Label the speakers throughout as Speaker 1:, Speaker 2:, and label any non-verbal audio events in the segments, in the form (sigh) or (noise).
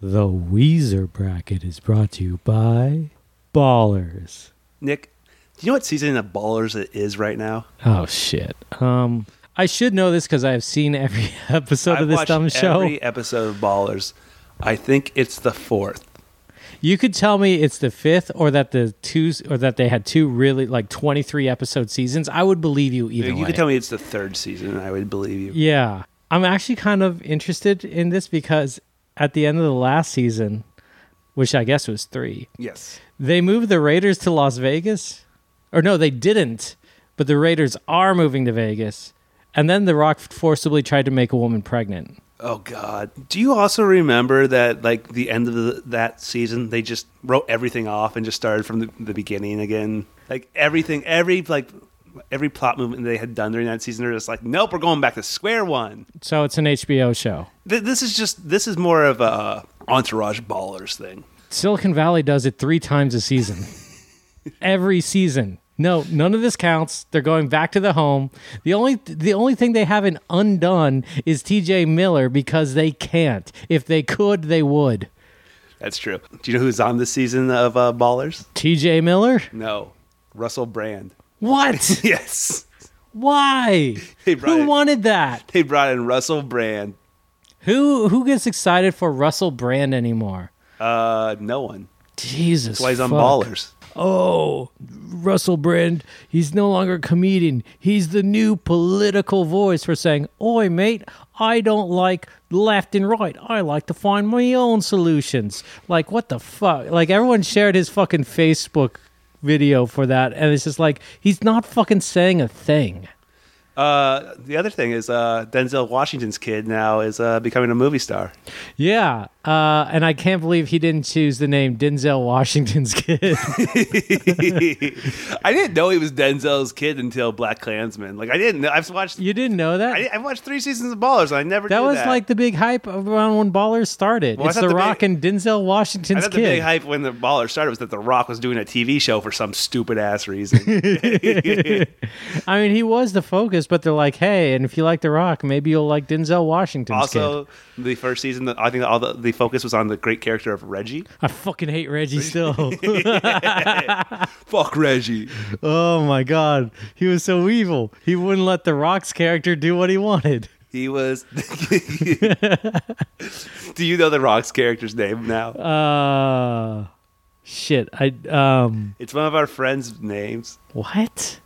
Speaker 1: The Weezer bracket is brought to you by Ballers.
Speaker 2: Nick, do you know what season of Ballers it is right now?
Speaker 1: Oh shit. Um I should know this cuz I've seen every (laughs) episode
Speaker 2: I've
Speaker 1: of this
Speaker 2: watched
Speaker 1: dumb show.
Speaker 2: Every episode of Ballers. I think it's the fourth.
Speaker 1: You could tell me it's the 5th or that the two or that they had two really like 23 episode seasons. I would believe you either
Speaker 2: you
Speaker 1: way.
Speaker 2: could tell me it's the third season, and I would believe you.
Speaker 1: Yeah. I'm actually kind of interested in this because at the end of the last season, which I guess was 3,
Speaker 2: Yes.
Speaker 1: They moved the Raiders to Las Vegas? Or no, they didn't, but the Raiders are moving to Vegas. And then The Rock forcibly tried to make a woman pregnant.
Speaker 2: Oh God! Do you also remember that, like the end of the, that season, they just wrote everything off and just started from the, the beginning again? Like everything, every like every plot movement they had done during that season, they're just like, nope, we're going back to square one.
Speaker 1: So it's an HBO show.
Speaker 2: Th- this is just this is more of a uh, entourage ballers thing.
Speaker 1: Silicon Valley does it three times a
Speaker 2: (laughs)
Speaker 1: season. Every season. No, none of this counts. They're going back to the home. The only the only thing they haven't undone is TJ Miller because they can't. If they could, they would.
Speaker 2: That's true. Do you know who's on this season of uh, Ballers?
Speaker 1: TJ Miller?
Speaker 2: No, Russell Brand.
Speaker 1: What?
Speaker 2: (laughs) Yes,
Speaker 1: Why?
Speaker 2: Hey, Brian.
Speaker 1: Who wanted that?
Speaker 2: they brought in Russell Brand.
Speaker 1: Who who gets excited for Russell Brand anymore?
Speaker 2: Uh, no one.
Speaker 1: Jesus,
Speaker 2: That's why he's on
Speaker 1: fuck.
Speaker 2: Ballers.
Speaker 1: Oh, Russell Brand, he's no longer a comedian. He's the new political voice for saying, "Oi, mate, I don't like left and right. I like to find my own solutions." Like what the fuck? Like everyone shared his fucking Facebook video for that, and it's just like he's not fucking saying a thing.
Speaker 2: Uh, the other thing is uh, Denzel Washington's kid now is uh, becoming a movie star. (laughs)
Speaker 1: Yeah, uh, and I can't believe he didn't choose the name Denzel Washington's (laughs) kid.
Speaker 2: I didn't know he was Denzel's kid until Black Klansman. Like I didn't. know. I've watched.
Speaker 1: you didn't know that?
Speaker 2: I, I watched three seasons of Ballers. And I never.
Speaker 1: That
Speaker 2: knew
Speaker 1: was like the big hype around when Ballers started.
Speaker 2: Well, I
Speaker 1: it's
Speaker 2: thought
Speaker 1: The
Speaker 2: the
Speaker 1: Rock
Speaker 2: big-
Speaker 1: and Denzel
Speaker 2: I
Speaker 1: Washington's
Speaker 2: thought the big
Speaker 1: kid.
Speaker 2: hype when the Ballers started was that The Rock was doing a TV show for some stupid ass
Speaker 1: (laughs)
Speaker 2: reason.
Speaker 1: I mean, he was the focus, but they're like, hey, and if you like The Rock, maybe you'll like Denzel Washington's kid.
Speaker 2: also, the first season, I think all the, the focus was on the great character of
Speaker 1: (laughs)
Speaker 2: Reggie.
Speaker 1: I fucking hate
Speaker 2: (laughs)
Speaker 1: Reggie still.
Speaker 2: Fuck Reggie.
Speaker 1: (laughs) oh my God. He was so evil. He wouldn't let The Rock's character do what he wanted.
Speaker 2: He was. (laughs) Do you know the Rock's character's name now?
Speaker 1: Uh, shit. I, um,
Speaker 2: It's one of our friends' names.
Speaker 1: what?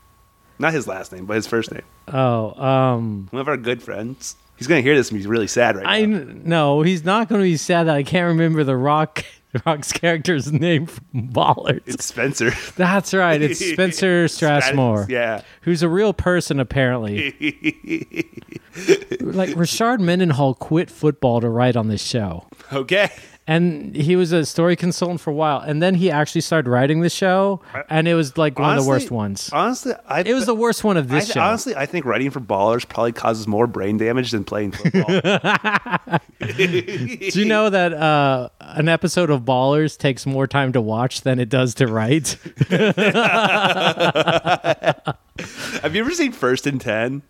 Speaker 2: Not his last name, but his first name.
Speaker 1: Oh, um,
Speaker 2: One of our good friends. He's gonna hear this and be really sad right
Speaker 1: I
Speaker 2: now.
Speaker 1: kn- no, he's not going to be sad that I can't remember the Rock, (laughs) the Rock's character's name from Ballers.
Speaker 2: It's
Speaker 1: (laughs)
Speaker 2: Spencer.
Speaker 1: That's right,
Speaker 2: (laughs)
Speaker 1: it's Spencer Strassmore,
Speaker 2: Yeah.
Speaker 1: who's a real person
Speaker 2: (laughs)
Speaker 1: apparently. like Richard Mendenhall quit football to write on this show,
Speaker 2: Okay.
Speaker 1: and he was a story consultant for a while, and then he actually started writing the show, and it was like one of the
Speaker 2: Honestly-
Speaker 1: worst ones.
Speaker 2: Honestly, I
Speaker 1: It was the worst one of
Speaker 2: I,
Speaker 1: this show.
Speaker 2: honestly I think writing for ballers probably causes more brain damage than
Speaker 1: (laughs)
Speaker 2: playing football.
Speaker 1: Do you know that uh, an episode of Ballers takes more time to watch than it does to
Speaker 2: (laughs)
Speaker 1: write?
Speaker 2: Have you ever seen First and Ten?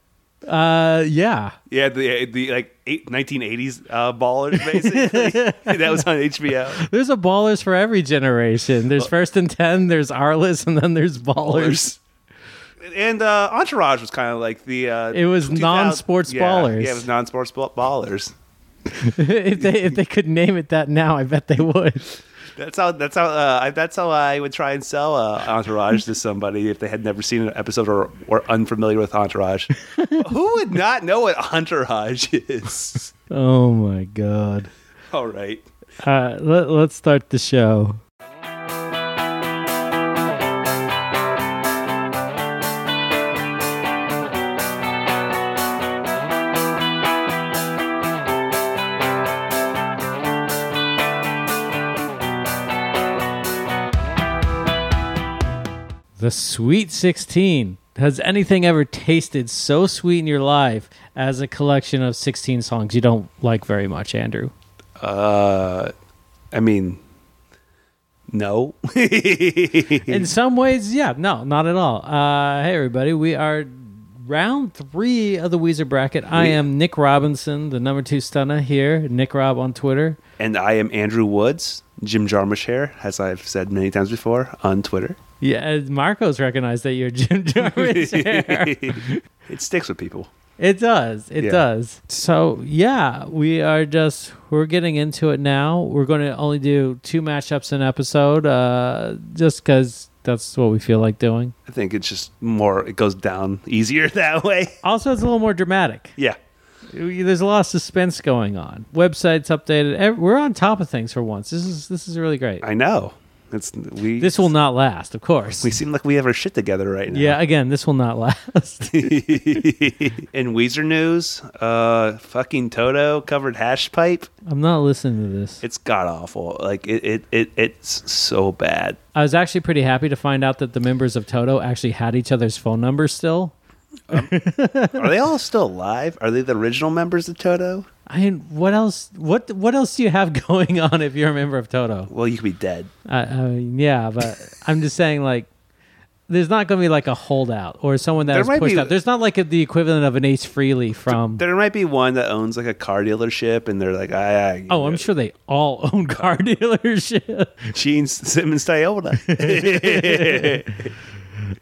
Speaker 1: Uh, yeah.
Speaker 2: Yeah, the uh, the like eight, 1980s uh, ballers
Speaker 1: (laughs)
Speaker 2: basically. that was on HBO.
Speaker 1: There's a ballers for every generation.
Speaker 2: Uh,
Speaker 1: There's first and ten, there's Arliss, and then there's ballers.
Speaker 2: And uh, Entourage was kind of like the. Uh,
Speaker 1: It was
Speaker 2: 2000
Speaker 1: non-sports
Speaker 2: yeah,
Speaker 1: ballers.
Speaker 2: Yeah, it was non-sports ball- ballers.
Speaker 1: (laughs) if they if they could name it that now, I bet they would.
Speaker 2: That's how. That's how. Uh, I, that's how I would try and sell uh, Entourage to somebody if they had never seen an episode or or unfamiliar with
Speaker 1: (laughs)
Speaker 2: Entourage. Who would not know what Entourage is?
Speaker 1: (laughs)
Speaker 2: (laughs)
Speaker 1: Oh my god.
Speaker 2: All right.
Speaker 1: Uh, let, let's start the show. The Sweet 16. Has anything ever tasted so sweet in your life as a collection of 16 songs you don't like very much, Andrew?
Speaker 2: Uh, I mean, no. (laughs)
Speaker 1: in some ways, yeah, no, not at all. Uh, hey, everybody, we are round three of the Weezer bracket. I am Nick Robinson, the number two stunner here. Nick Rob on Twitter.
Speaker 2: And I am Andrew Woods, Jim Jarmusch hair, as I've said many times before
Speaker 1: (laughs)
Speaker 2: on Twitter.
Speaker 1: Yeah, and Uh, Marcos recognized that you're (laughs) Jim Jarvis here.
Speaker 2: It sticks with people.
Speaker 1: It does. It
Speaker 2: Yeah.
Speaker 1: does. So yeah, we are just we're getting into it now. We're going to only do two matchups an episode, uh, just because that's what we feel like doing.
Speaker 2: I think it's just more, it goes down easier (laughs) that way.
Speaker 1: Also, it's a little more dramatic.
Speaker 2: Yeah.
Speaker 1: There's a lot of suspense going on. Websites updated. Ev- We're on top of things for once. This is this is really great.
Speaker 2: I know. It's we.
Speaker 1: This will not last, of course.
Speaker 2: We seem like we have our shit together right now.
Speaker 1: Yeah, again, this will not last.
Speaker 2: (laughs)
Speaker 1: (laughs)
Speaker 2: In Weezer news, uh, fucking Toto covered hash pipe.
Speaker 1: I'm not listening to this.
Speaker 2: It's god awful. Like it, it, it, it's so bad.
Speaker 1: I was actually pretty happy to find out that the members of Toto actually had each other's phone numbers still.
Speaker 2: Are they all still alive? Are they the original members of Toto?
Speaker 1: I mean, what else? What what else do you have (laughs) going on if you're a member of Toto?
Speaker 2: Well, you could be dead.
Speaker 1: I, I mean, yeah, but I'm just saying, like, there's not going to be like a holdout or someone that
Speaker 2: There
Speaker 1: was
Speaker 2: might
Speaker 1: pushed
Speaker 2: be-
Speaker 1: out. There's not like a, the equivalent of an Ace Freely from.
Speaker 2: There might be one that owns like a car dealership, and they're like, "I, I
Speaker 1: Oh, I'm sure they all (laughs) own car dealership.
Speaker 2: Gene Simmons Toyota."
Speaker 1: (laughs)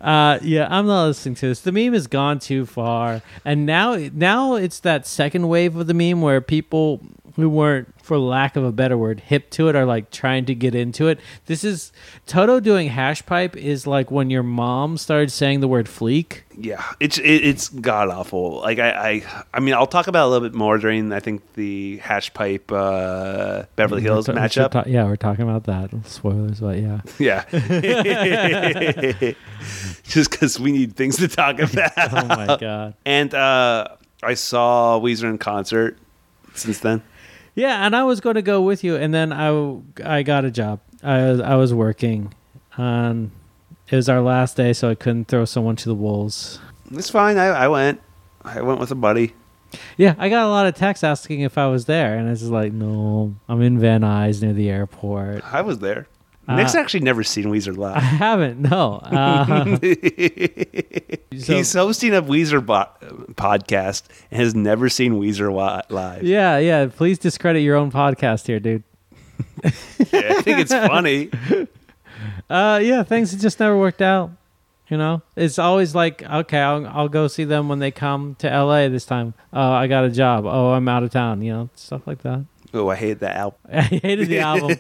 Speaker 1: Uh, yeah, I'm not listening to this. The meme has gone too far, and now now it's that second wave of the meme where people who weren't, for lack of a better word, hip to it are like trying to get into it. This is Toto doing hash pipe is like when your mom started saying the word fleek.
Speaker 2: yeah, it's it, it's god awful. Like I, I, I mean, I'll talk about it a little bit more during I think the hash pipe uh, Beverly Hills
Speaker 1: We're ta- we should
Speaker 2: matchup.
Speaker 1: ta- yeah, we're talking about that. Spoilers, but yeah,
Speaker 2: Yeah.
Speaker 1: (laughs)
Speaker 2: (laughs) Just because we need things to talk about.
Speaker 1: oh my god.
Speaker 2: And uh, I saw Weezer in concert since then.
Speaker 1: Yeah, and I was going to go with you, and then I I got a job. I was I was working, on it was our last day, so I couldn't throw someone to the wolves.
Speaker 2: It's fine. I, I went. I went with a buddy.
Speaker 1: Yeah, I got a lot of texts asking if I was there, and it's just like, no, I'm in Van Nuys near the airport.
Speaker 2: I was there.
Speaker 1: Uh,
Speaker 2: Nick's actually never seen Weezer
Speaker 1: I
Speaker 2: live.
Speaker 1: haven't. No, uh, (laughs) so-
Speaker 2: He's hosting a Weezer bo- podcast and has never seen Weezer wi- live.
Speaker 1: yeah, yeah. Please discredit your own podcast here, dude.
Speaker 2: I think it's funny.
Speaker 1: Uh, yeah, things just never worked out. You know, it's always like, okay, I'll, I'll go see them when they come to LA this time. Oh, I got a job. Oh, I'm out of town. You know, stuff like that. (laughs)
Speaker 2: Oh, I hate that album.
Speaker 1: I hated the album.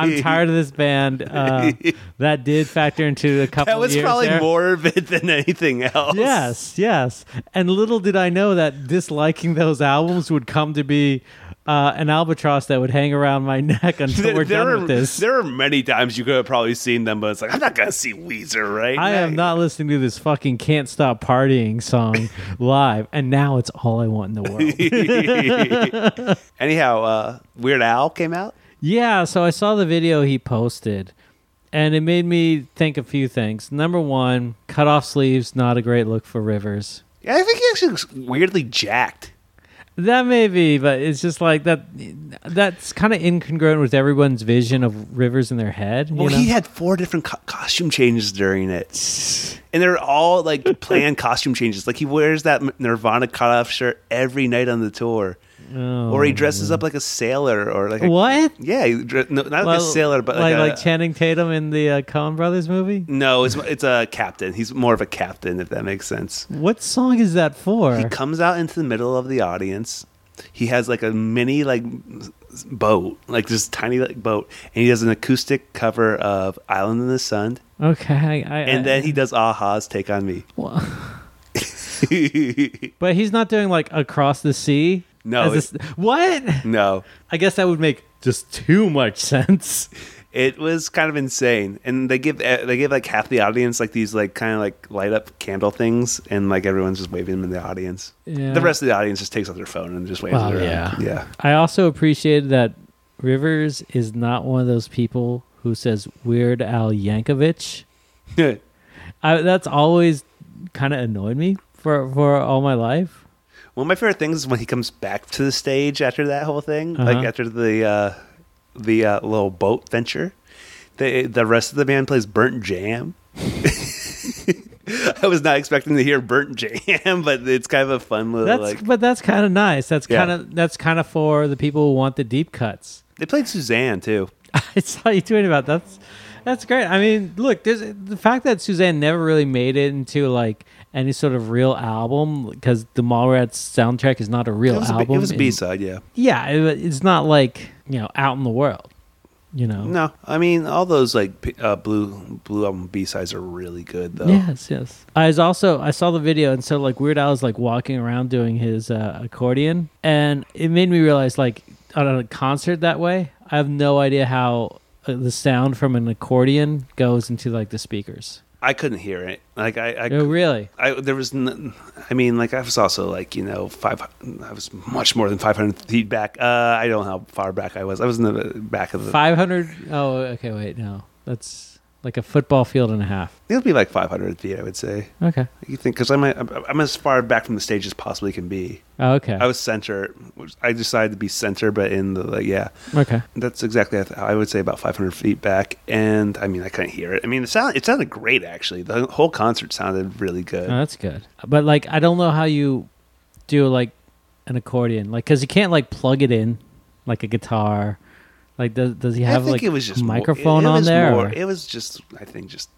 Speaker 2: (laughs)
Speaker 1: I'm tired of this band. Uh, that did factor into a couple.
Speaker 2: That was
Speaker 1: years
Speaker 2: probably
Speaker 1: there.
Speaker 2: more of it than anything else.
Speaker 1: Yes, yes. And little did I know that disliking those albums would come to be uh, an albatross that would hang around my (laughs) neck until we're done
Speaker 2: are,
Speaker 1: with this.
Speaker 2: there are many times you could have probably seen them, but it's like I'm not gonna see Weezer, right?
Speaker 1: I am
Speaker 2: now.
Speaker 1: not listening to this fucking "Can't Stop Partying"
Speaker 2: (laughs)
Speaker 1: song live, and now it's all I want in the world.
Speaker 2: (laughs) Anyhow, uh, Weird Al came out.
Speaker 1: yeah, so I saw the video he posted, and it made me think a few things. Number one, cut off sleeves not a great look for Rivers.
Speaker 2: Yeah, I think he actually looks weirdly jacked.
Speaker 1: That may be, but it's just like that. That's kind of incongruent with everyone's vision of rivers in their head. You
Speaker 2: Well,
Speaker 1: know?
Speaker 2: he had four different co- costume changes during it, and they're
Speaker 1: (laughs)
Speaker 2: all like planned costume changes. Like he wears that Nirvana cutoff shirt every night on the tour, or he dresses up like a sailor, or like a,
Speaker 1: Oh. what?
Speaker 2: Yeah, he dre- no, not like a sailor, but
Speaker 1: like,
Speaker 2: like, a,
Speaker 1: like Channing Tatum in the uh, Coen Brothers movie.
Speaker 2: no, it's it's a captain. He's more of a captain, if that makes sense.
Speaker 1: What song is that for?
Speaker 2: He comes out into the middle of the audience. He has like a mini like s- boat, like this tiny like boat, and he does an acoustic cover of "Island in the Sun,"
Speaker 1: Okay, I, I,
Speaker 2: and then he does Aha's "Take on Me."
Speaker 1: Well, but he's not doing like across the sea.
Speaker 2: No,
Speaker 1: as a s- what?
Speaker 2: (laughs) no,
Speaker 1: I guess that would make just too much sense.
Speaker 2: it was kind of insane, and they give eh, they give like half the audience like these like kind of like light up candle things, and like everyone's just waving them in the audience.
Speaker 1: Yeah.
Speaker 2: The rest of the audience just takes out their phone and just waves
Speaker 1: Well,
Speaker 2: it around.
Speaker 1: yeah.
Speaker 2: yeah.
Speaker 1: I also appreciated that Rivers is not one of those people who says Weird Al Yankovic. I, that's always kind of annoyed me for for all my life.
Speaker 2: (laughs) One of my favorite things is when he comes back to the stage after that whole thing, like
Speaker 1: Uh-huh.
Speaker 2: after the uh, the uh, little boat venture. The the rest of the band plays Burnt Jam. (laughs) I was not expecting to hear Burnt Jam, (laughs) but it's kind of a fun little
Speaker 1: That's
Speaker 2: like.
Speaker 1: but that's kind of nice. That's
Speaker 2: Yeah.
Speaker 1: kind of that's kind of for the people who want the deep cuts.
Speaker 2: They played Suzanne too.
Speaker 1: (laughs) I saw you tweeting about that. that's that's great. I mean, look, there's the fact that Suzanne never really made it into like any sort of real album because the Mallrats soundtrack is not a real
Speaker 2: It was a,
Speaker 1: album.
Speaker 2: B- it was a
Speaker 1: and-
Speaker 2: B side, yeah.
Speaker 1: yeah, it, wa- it's not like you know out in the world. You know.
Speaker 2: No, I mean all those like p- uh, blue blue album B sides are really good though.
Speaker 1: Yes, yes. I was also I saw the video and so like Weird Al was like walking around doing his uh, accordion and it made me realize like on a concert that way, I have no idea how uh, the sound from an accordion goes into like the speakers.
Speaker 2: I couldn't hear it. Like I, I,
Speaker 1: Oh, really?
Speaker 2: I there was. N- I mean, like I was also like you know five. I was much more than five hundred feet back. Uh, I don't know how far back I was. I was in the back of the.
Speaker 1: 500 Oh, okay, wait, no. That's like a football field and a half.
Speaker 2: It'll be like five hundred feet, I would say.
Speaker 1: Okay.
Speaker 2: You think because I'm, I'm I'm as far back from the stage as possibly can be.
Speaker 1: Oh, okay.
Speaker 2: I was center. which I decided to be center, but in the like, yeah,
Speaker 1: okay.
Speaker 2: that's exactly. how I would say about 500 feet back, and I mean, I couldn't hear it. I mean, it sound it sounded great actually. The whole concert sounded really good.
Speaker 1: Oh, that's good. But like, I don't know how you do like an accordion, like because you can't like plug it in like a guitar. Like, does does he
Speaker 2: I
Speaker 1: have
Speaker 2: think
Speaker 1: like
Speaker 2: it was just
Speaker 1: a
Speaker 2: more- it-
Speaker 1: microphone
Speaker 2: it
Speaker 1: on
Speaker 2: was
Speaker 1: there?
Speaker 2: more-
Speaker 1: or-
Speaker 2: it was just, I think, just.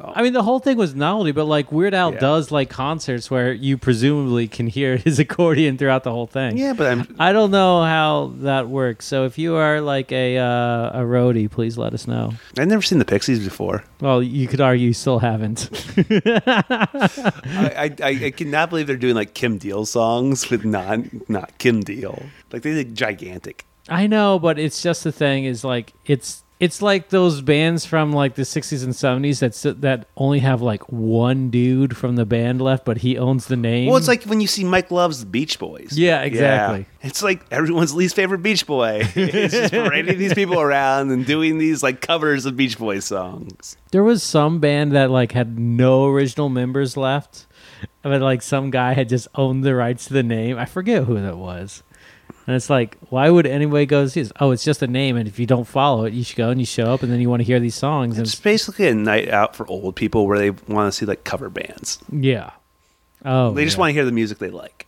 Speaker 2: oh,
Speaker 1: I mean, the whole thing was novelty, but like Weird Al
Speaker 2: Yeah.
Speaker 1: does like concerts where you presumably can hear (laughs) his accordion throughout the whole thing.
Speaker 2: yeah, but I'm.
Speaker 1: I don't know how that works. So if you are like a uh, a roadie, please let us know.
Speaker 2: I've never seen the
Speaker 1: (laughs)
Speaker 2: Pixies before.
Speaker 1: Well, you could argue you still haven't. (laughs)
Speaker 2: I, I, I, I cannot believe they're doing like Kim Deal songs with not not Kim Deal. Like they did gigantic.
Speaker 1: I know, but it's just the thing is like it's it's like those bands from like the 60s and 70s that s- that only have like one dude from the band left but he owns the name.
Speaker 2: Well, it's like when you see Mike loves the Beach Boys.
Speaker 1: Yeah, exactly.
Speaker 2: It's like everyone's least favorite Beach Boy. (laughs) it's just parading these people around and doing these like covers of Beach Boys songs.
Speaker 1: there was some band that like had no original members left but like some guy had just owned the rights to the name. I forget who that was. And it's like, why would anybody go see this? Oh, it's just a name, and if you don't follow it, you should go and you show up, and then you want to hear these songs. And
Speaker 2: It's basically a night out for old people where they want to see like cover bands.
Speaker 1: yeah, oh,
Speaker 2: They just
Speaker 1: yeah.
Speaker 2: want to hear the music they like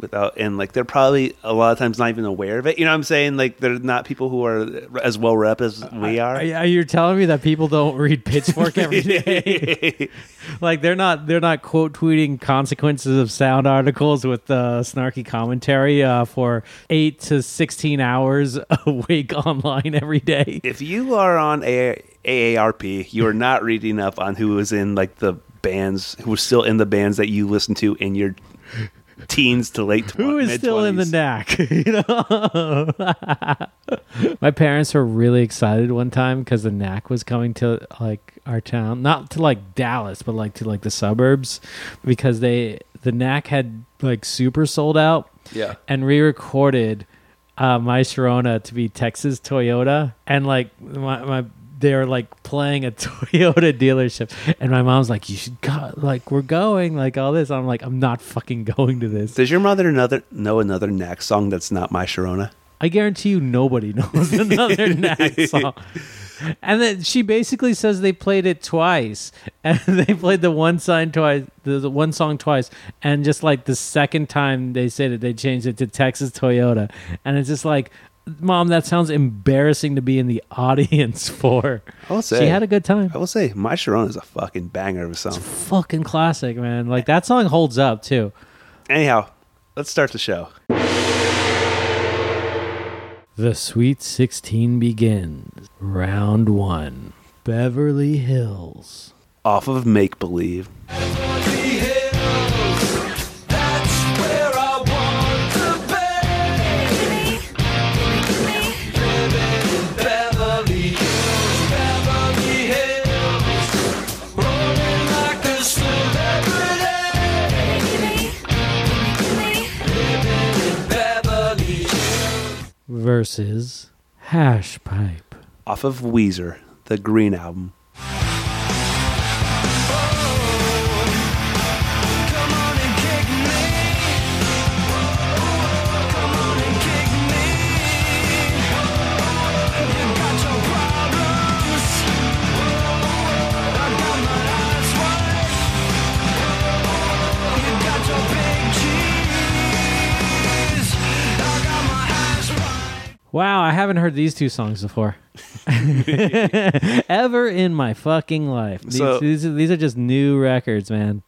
Speaker 2: without and like they're probably a lot of times not even aware of it. You know what I'm saying? Like they're not people who are as well rep as we are.
Speaker 1: Are, are you telling me that people don't read Pitchfork
Speaker 2: (laughs)
Speaker 1: every day? (laughs) like they're not they're not quote tweeting consequences of sound articles with uh, snarky commentary uh, for eight to sixteen hours (laughs) awake online every day.
Speaker 2: if you are on a- AARP, you are not reading up on who was in like the bands who was still in the bands that you listened to in your teens to late. Tw-
Speaker 1: Who is still in the
Speaker 2: mid-twenties.
Speaker 1: knack? You (laughs) know, my parents were really excited one time because the knack was coming to like our town, not to like Dallas, but like to like the suburbs, because they the knack had like super sold out.
Speaker 2: Yeah.
Speaker 1: and re-recorded uh, my Sharona to be Texas Toyota, and like my, my they were like playing a (laughs) Toyota dealership, and my mom's like, "You should go, like we're going, like all this." I'm like, "I'm not fucking going to this."
Speaker 2: Does your mother another know another Knack song that's not my Sharona?
Speaker 1: I guarantee you, nobody (laughs) knows another Knack song. And then she basically says they played it twice, (laughs) and they played the one sign twice, the, the one song twice, and just like the second time they said it, they changed it to Texas Toyota, and it's just like, mom, that sounds embarrassing to be in the (laughs) audience for.
Speaker 2: I'll
Speaker 1: She
Speaker 2: say.
Speaker 1: had a good time.
Speaker 2: I will say my Sharona is a fucking banger of a song.
Speaker 1: Fucking classic, man. Like that song holds up too.
Speaker 2: Anyhow, let's start the show.
Speaker 1: The Sweet 16 begins. Round one. Beverly Hills.
Speaker 2: Off of Make Believe.
Speaker 1: versus hash pipe.
Speaker 2: Off of Weezer, the Green Album.
Speaker 3: Problems. I got my eyes wide.
Speaker 1: Wow, I haven't heard these two songs before. Ever in my fucking life. These,
Speaker 2: So-
Speaker 1: these, are, these are just new records, man.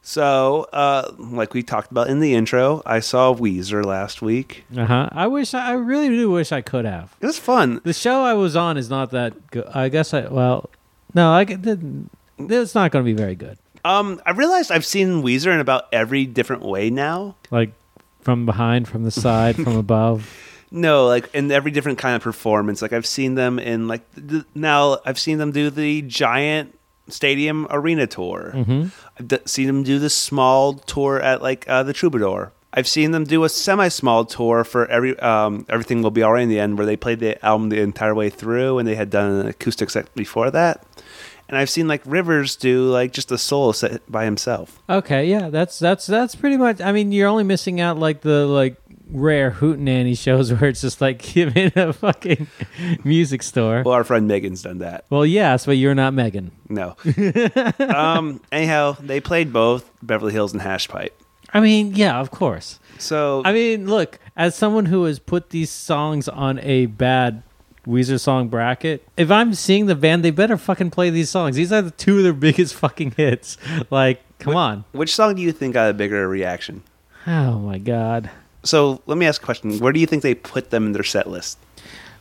Speaker 2: So, uh, like we talked about in the intro, I saw Weezer last week.
Speaker 1: Uh huh. I wish, I, I really do wish I could have.
Speaker 2: It was fun.
Speaker 1: The show I was on is not that good. I guess I, well, no, I get- it's not going to be very good.
Speaker 2: Um, I realized I've seen Weezer in about every different way now.
Speaker 1: Like from behind, from the side, from above.
Speaker 2: No, like in every different kind of performance. Like I've seen them in like th- now I've seen them do the giant stadium arena tour. Mm-hmm. I've d- seen them do the small tour at like uh, the Troubadour. I've seen them do a semi-small tour for every um, everything will be all right in the end, where they played the album the entire way through, and they had done an acoustic set before that. And I've seen like Rivers do like just a solo set by himself.
Speaker 1: Okay, yeah, that's that's that's pretty much. I mean, you're only missing out like the like rare hootenanny shows (laughs) where it's just like him in a fucking music store.
Speaker 2: Well, our friend Megan's done that.
Speaker 1: Well, yes, but you're not Megan.
Speaker 2: No. um, anyhow, they played both Beverly Hills and Hash Pipe.
Speaker 1: I mean, yeah, of course.
Speaker 2: So
Speaker 1: I mean, look, as someone who has put these songs on a bad Weezer song bracket, if I'm seeing the band, they better fucking play these songs. These are the two of their (laughs) biggest fucking hits. Like, come on.
Speaker 2: which song do you think got a bigger reaction?
Speaker 1: Oh my god.
Speaker 2: So let me ask a question: Where do you think they put them in their set list?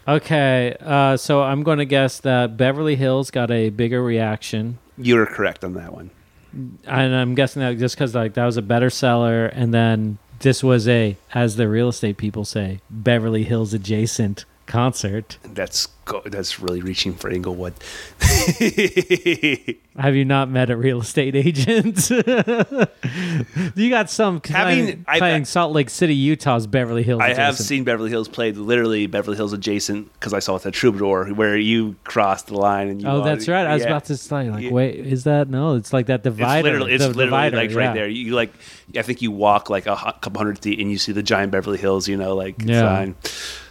Speaker 1: Okay, uh, so I'm going to guess that Beverly Hills got a bigger reaction.
Speaker 2: You're correct on that one.
Speaker 1: and I'm guessing that just because like that was a better seller, and then this was a, as the real estate people say, Beverly Hills adjacent concert.
Speaker 2: That's go- that's really reaching for Inglewood. (laughs)
Speaker 1: Have you not met a real estate (laughs) agent? you got some
Speaker 2: Having-
Speaker 1: playing,
Speaker 2: I-
Speaker 1: playing Salt Lake City, Utah's Beverly Hills.
Speaker 2: I have
Speaker 1: adjacent.
Speaker 2: seen Beverly Hills played literally Beverly Hills adjacent because I saw it at Troubadour where you crossed the line and you.
Speaker 1: Oh, that's right. I was about to say, like,
Speaker 2: Yeah.
Speaker 1: wait, is that no? It's like that
Speaker 2: It's
Speaker 1: divider.
Speaker 2: literally, it's
Speaker 1: the
Speaker 2: literally
Speaker 1: divider,
Speaker 2: like
Speaker 1: yeah.
Speaker 2: right there. You like, I think you walk like a hu- couple hundred feet and you see the giant Beverly Hills. You know, like
Speaker 1: Yeah.
Speaker 2: sign.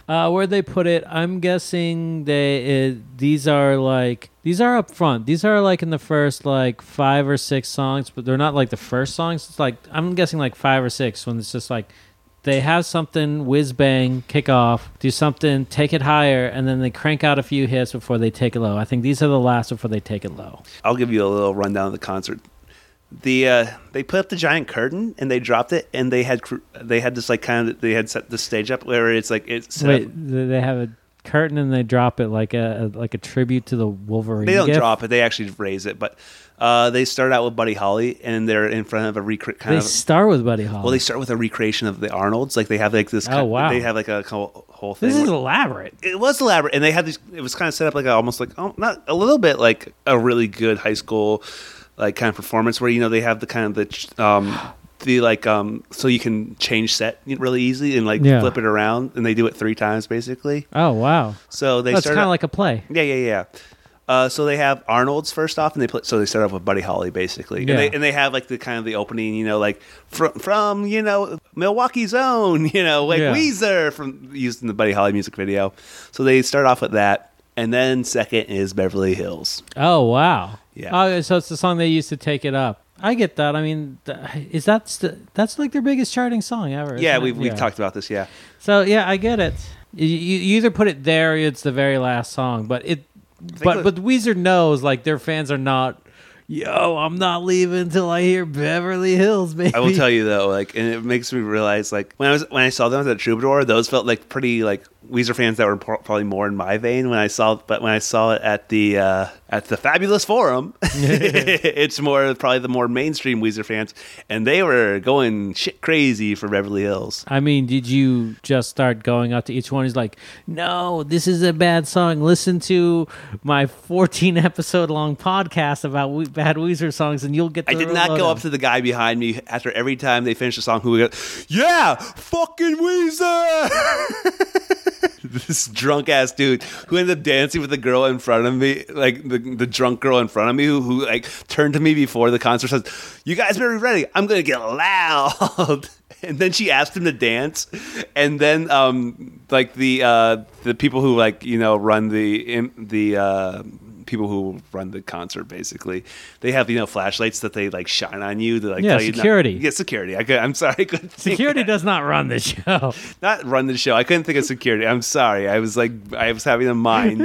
Speaker 1: Uh, where they put it, I'm guessing they uh, these are like these are up front. These are like in the first like five or six songs, but they're not like the first songs. It's like I'm guessing like five or six when it's just like they have something whiz bang kick off, do something, take it higher, and then they crank out a few hits before they take it low. I think these are the last before they take it low.
Speaker 2: I'll give you a little rundown of the concert. The uh, they put up the giant curtain and they dropped it and they had cr- they had this like kind of they had set the stage up where it's like it's set
Speaker 1: Wait,
Speaker 2: up-
Speaker 1: th- they have a curtain and they drop it like a like a tribute to the Wolverine.
Speaker 2: they don't
Speaker 1: gif?
Speaker 2: drop it they actually raise it but uh, they start out with Buddy Holly and they're in front of a recre- kind
Speaker 1: They
Speaker 2: of
Speaker 1: start with Buddy Holly.
Speaker 2: well they start with a recreation of the Arnold's like they have like this
Speaker 1: Oh,
Speaker 2: kind-
Speaker 1: wow.
Speaker 2: they have like a whole, whole thing
Speaker 1: this is
Speaker 2: where-
Speaker 1: elaborate.
Speaker 2: it was elaborate and they had these it was kind of set up like a, almost like oh not a little bit like a really good high school like kind of performance where you know they have the kind of the ch- um the like um so you can change set really easy and like
Speaker 1: Yeah.
Speaker 2: flip it around and they do it three times basically
Speaker 1: Oh wow.
Speaker 2: so they
Speaker 1: That's
Speaker 2: start
Speaker 1: kind of
Speaker 2: out-
Speaker 1: like a play.
Speaker 2: yeah yeah yeah uh, so they have Arnold's first off, and they play, so they start off with Buddy Holly basically,
Speaker 1: Yeah.
Speaker 2: and, they, and they have like the kind of the opening, you know, like from from you know Milwaukee's own, (laughs) you know, like
Speaker 1: Yeah.
Speaker 2: Weezer from used in the Buddy Holly music video. So they start off with that, and then second is Beverly Hills.
Speaker 1: Oh wow.
Speaker 2: Yeah.
Speaker 1: Oh, so it's the song they used to take it up. I get that. I mean, th- is that st- that's like their biggest charting song ever?
Speaker 2: Yeah,
Speaker 1: isn't it?
Speaker 2: we've we've talked about this. Yeah,
Speaker 1: So yeah, I get it. You, you you either put it there, or it's the very last song. But it, but
Speaker 2: it-
Speaker 1: but Weezer knows like their fans are not. Yo, I'm not leaving until I hear Beverly Hills, baby.
Speaker 2: I will
Speaker 1: (laughs)
Speaker 2: tell you though, like, and it makes me realize, like, when I was when I saw them at the Troubadour, those felt like pretty like Weezer fans that were pro- probably more in my vein. When I saw, but when I saw it at the uh, at the Fabulous Forum, (laughs) it's more probably the more mainstream Weezer fans, and they were going shit crazy for Beverly Hills.
Speaker 1: I mean, did you just start going up to each one? He's like, "No, this is a bad song. Listen to my 14 (laughs) episode long podcast about we- bad Weezer songs, and you'll get." The
Speaker 2: I did not go up
Speaker 1: (laughs)
Speaker 2: to the guy behind me after every time they finished a song who would go, Yeah, fucking Weezer. (laughs) this drunk ass dude who ended up dancing with the girl in front of me, like the, the drunk girl in front of me who, who like turned to me before the concert says, You guys better be ready. I'm going to get loud. (laughs) And then she asked him to dance, and then um, like the uh, the people who like you know run the im- the uh, people who run the concert basically they have you know flashlights that they like shine on you. They like
Speaker 1: Yeah,
Speaker 2: tell you not-
Speaker 1: security.
Speaker 2: yeah, security. I could, I'm sorry. I couldn't think-
Speaker 1: Security does not run this
Speaker 2: (laughs)
Speaker 1: show.
Speaker 2: not run the show. I couldn't think of security. I'm sorry. I was like, I was having a mind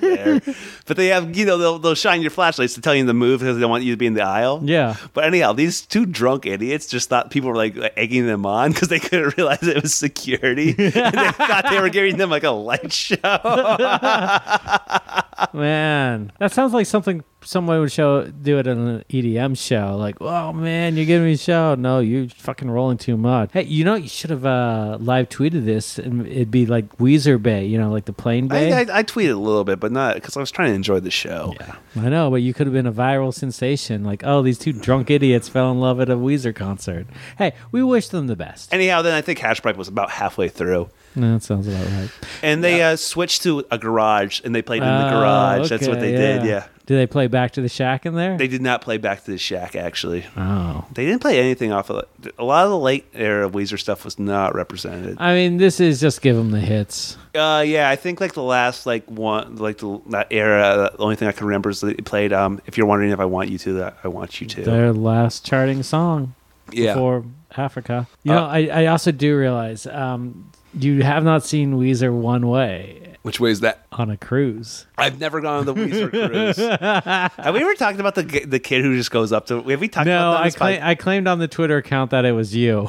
Speaker 1: (laughs)
Speaker 2: there. But they have, you know, they'll, they'll shine your flashlights to tell you to move because they want you to be in the aisle.
Speaker 1: Yeah.
Speaker 2: But anyhow, these two drunk idiots just thought people were like egging them on because they couldn't realize it was
Speaker 1: (laughs)
Speaker 2: security. and they thought they were giving them like a light show.
Speaker 1: Man, that sounds like something someone would show do it on an EDM show. Like, oh man, you're giving me a show. No, you're fucking rolling too much. Hey, you know you should have uh, live tweeted this, and it'd be like Weezer Bay, you know, like the plane
Speaker 2: I,
Speaker 1: bay.
Speaker 2: I, I tweeted a little bit, but not because I was trying to enjoy the show.
Speaker 1: I know, but you could have been a viral sensation. Like, oh, these two drunk idiots fell in love at a Weezer concert. Hey, we wish them the best.
Speaker 2: Anyhow, then I think Hash Pipe was about halfway through.
Speaker 1: No, that sounds about right.
Speaker 2: And they uh, switched to a garage and they played in the
Speaker 1: Oh,
Speaker 2: garage. That's what they
Speaker 1: okay,
Speaker 2: did, yeah.
Speaker 1: Do they play Back to the Shack in there?
Speaker 2: They did not play Back to the Shack, actually.
Speaker 1: oh.
Speaker 2: They didn't play anything off of it. A lot of the late era Weezer stuff was not represented.
Speaker 1: I mean, this is just give them the hits.
Speaker 2: Uh, yeah, I think like the last like one like the, that era. The only thing I can remember is that it played. Um, if you're wondering if I want you to, that I want you to.
Speaker 1: Their last charting song.
Speaker 2: yeah,
Speaker 1: for Africa. You
Speaker 2: Uh,
Speaker 1: know, I, I also do realize um, you have not seen Weezer one way
Speaker 2: which way is that?
Speaker 1: on a cruise.
Speaker 2: I've never gone on
Speaker 1: (laughs)
Speaker 2: the Weezer cruise. have we ever talked about the g- the kid who just goes up to? Have we talked
Speaker 1: No,
Speaker 2: about that? on
Speaker 1: I,
Speaker 2: this
Speaker 1: cla- I claimed on the Twitter account that it was you.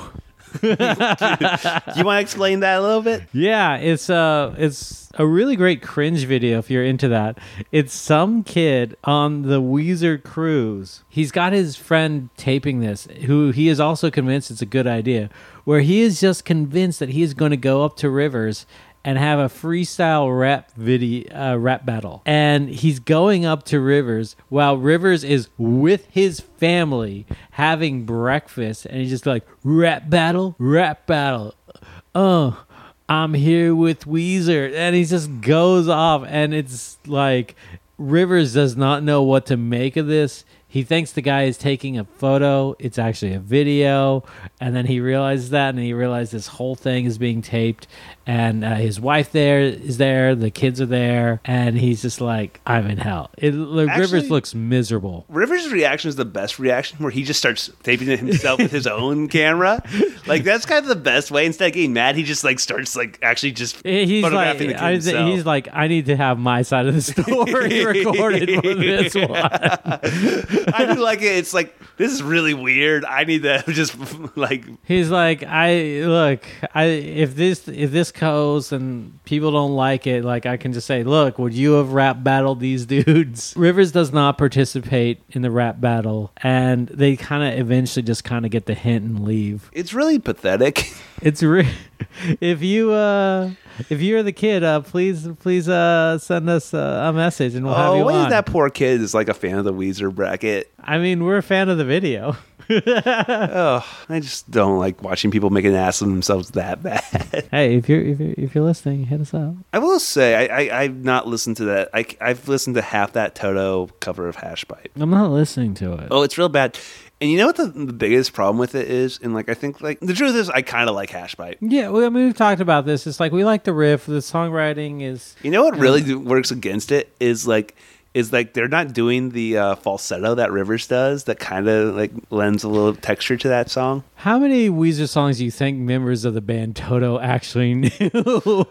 Speaker 2: podcast? you want to explain that a little bit?
Speaker 1: Yeah, it's a it's a really great cringe video if you're into that. It's some kid on the Weezer cruise. He's got his friend taping this, who he is also convinced it's a good idea. Where he is just convinced that he is going to go up to Rivers and have a freestyle rap video uh, rap battle, and he's going up to Rivers while Rivers is with his family having breakfast, and he's just like rap battle, rap battle. Uh, I'm here with Weezer. And he just goes off. And it's like Rivers does not know what to make of this. He thinks the guy is taking a photo. It's actually a video. And then he realizes that. And he realizes this whole thing is being taped. And uh, his wife there is there. The kids are there. And he's just like, I'm in hell. It, like,
Speaker 2: Actually-
Speaker 1: Rivers looks miserable.
Speaker 2: Rivers' reaction is the best reaction, where he just starts taping it himself with his own camera. Like that's kind of the best way. Instead of getting mad, he just like starts like actually just
Speaker 1: He's like,
Speaker 2: photographing the kid
Speaker 1: I-
Speaker 2: himself.
Speaker 1: he's like, I need to have my side of the (laughs)
Speaker 2: (laughs)
Speaker 1: story recorded for this one.
Speaker 2: I do like it. It's like this is really weird. I need to (laughs) just like
Speaker 1: He's like, I look, I if this if this goes and people don't like it, like I can just say, look, would you have rap battled these (laughs) dudes? Rivers does not participate in the rap battle, and they kind of eventually just kind of get the hint and leave.
Speaker 2: it's really pathetic.
Speaker 1: It's re- (laughs) if you uh if you're the kid, uh please please uh send us uh, a message and we'll have
Speaker 2: oh,
Speaker 1: you
Speaker 2: what
Speaker 1: on.
Speaker 2: if that poor kid is like a fan of the Weezer bracket?
Speaker 1: I mean, we're a fan of the video. (laughs)
Speaker 2: Oh, I just don't like watching people make an ass of themselves that bad. (laughs)
Speaker 1: hey, if you're if you're if you're listening, hit us up.
Speaker 2: I will say I, I I've not listened to that. I I've listened to half that Toto cover of Hash Pipe.
Speaker 1: I'm not listening to it.
Speaker 2: Oh, it's real bad. And you know what the, the biggest problem with it is? And like I think like the truth is I kind of like Hash Pipe.
Speaker 1: Yeah, well, I mean, we've talked about this. It's like we like the riff. The songwriting is
Speaker 2: You know what really do- works against it is like is like they're not doing the uh, falsetto that Rivers does that kind of like lends a little texture to that song.
Speaker 1: how many Weezer songs do you think members of the band Toto actually knew?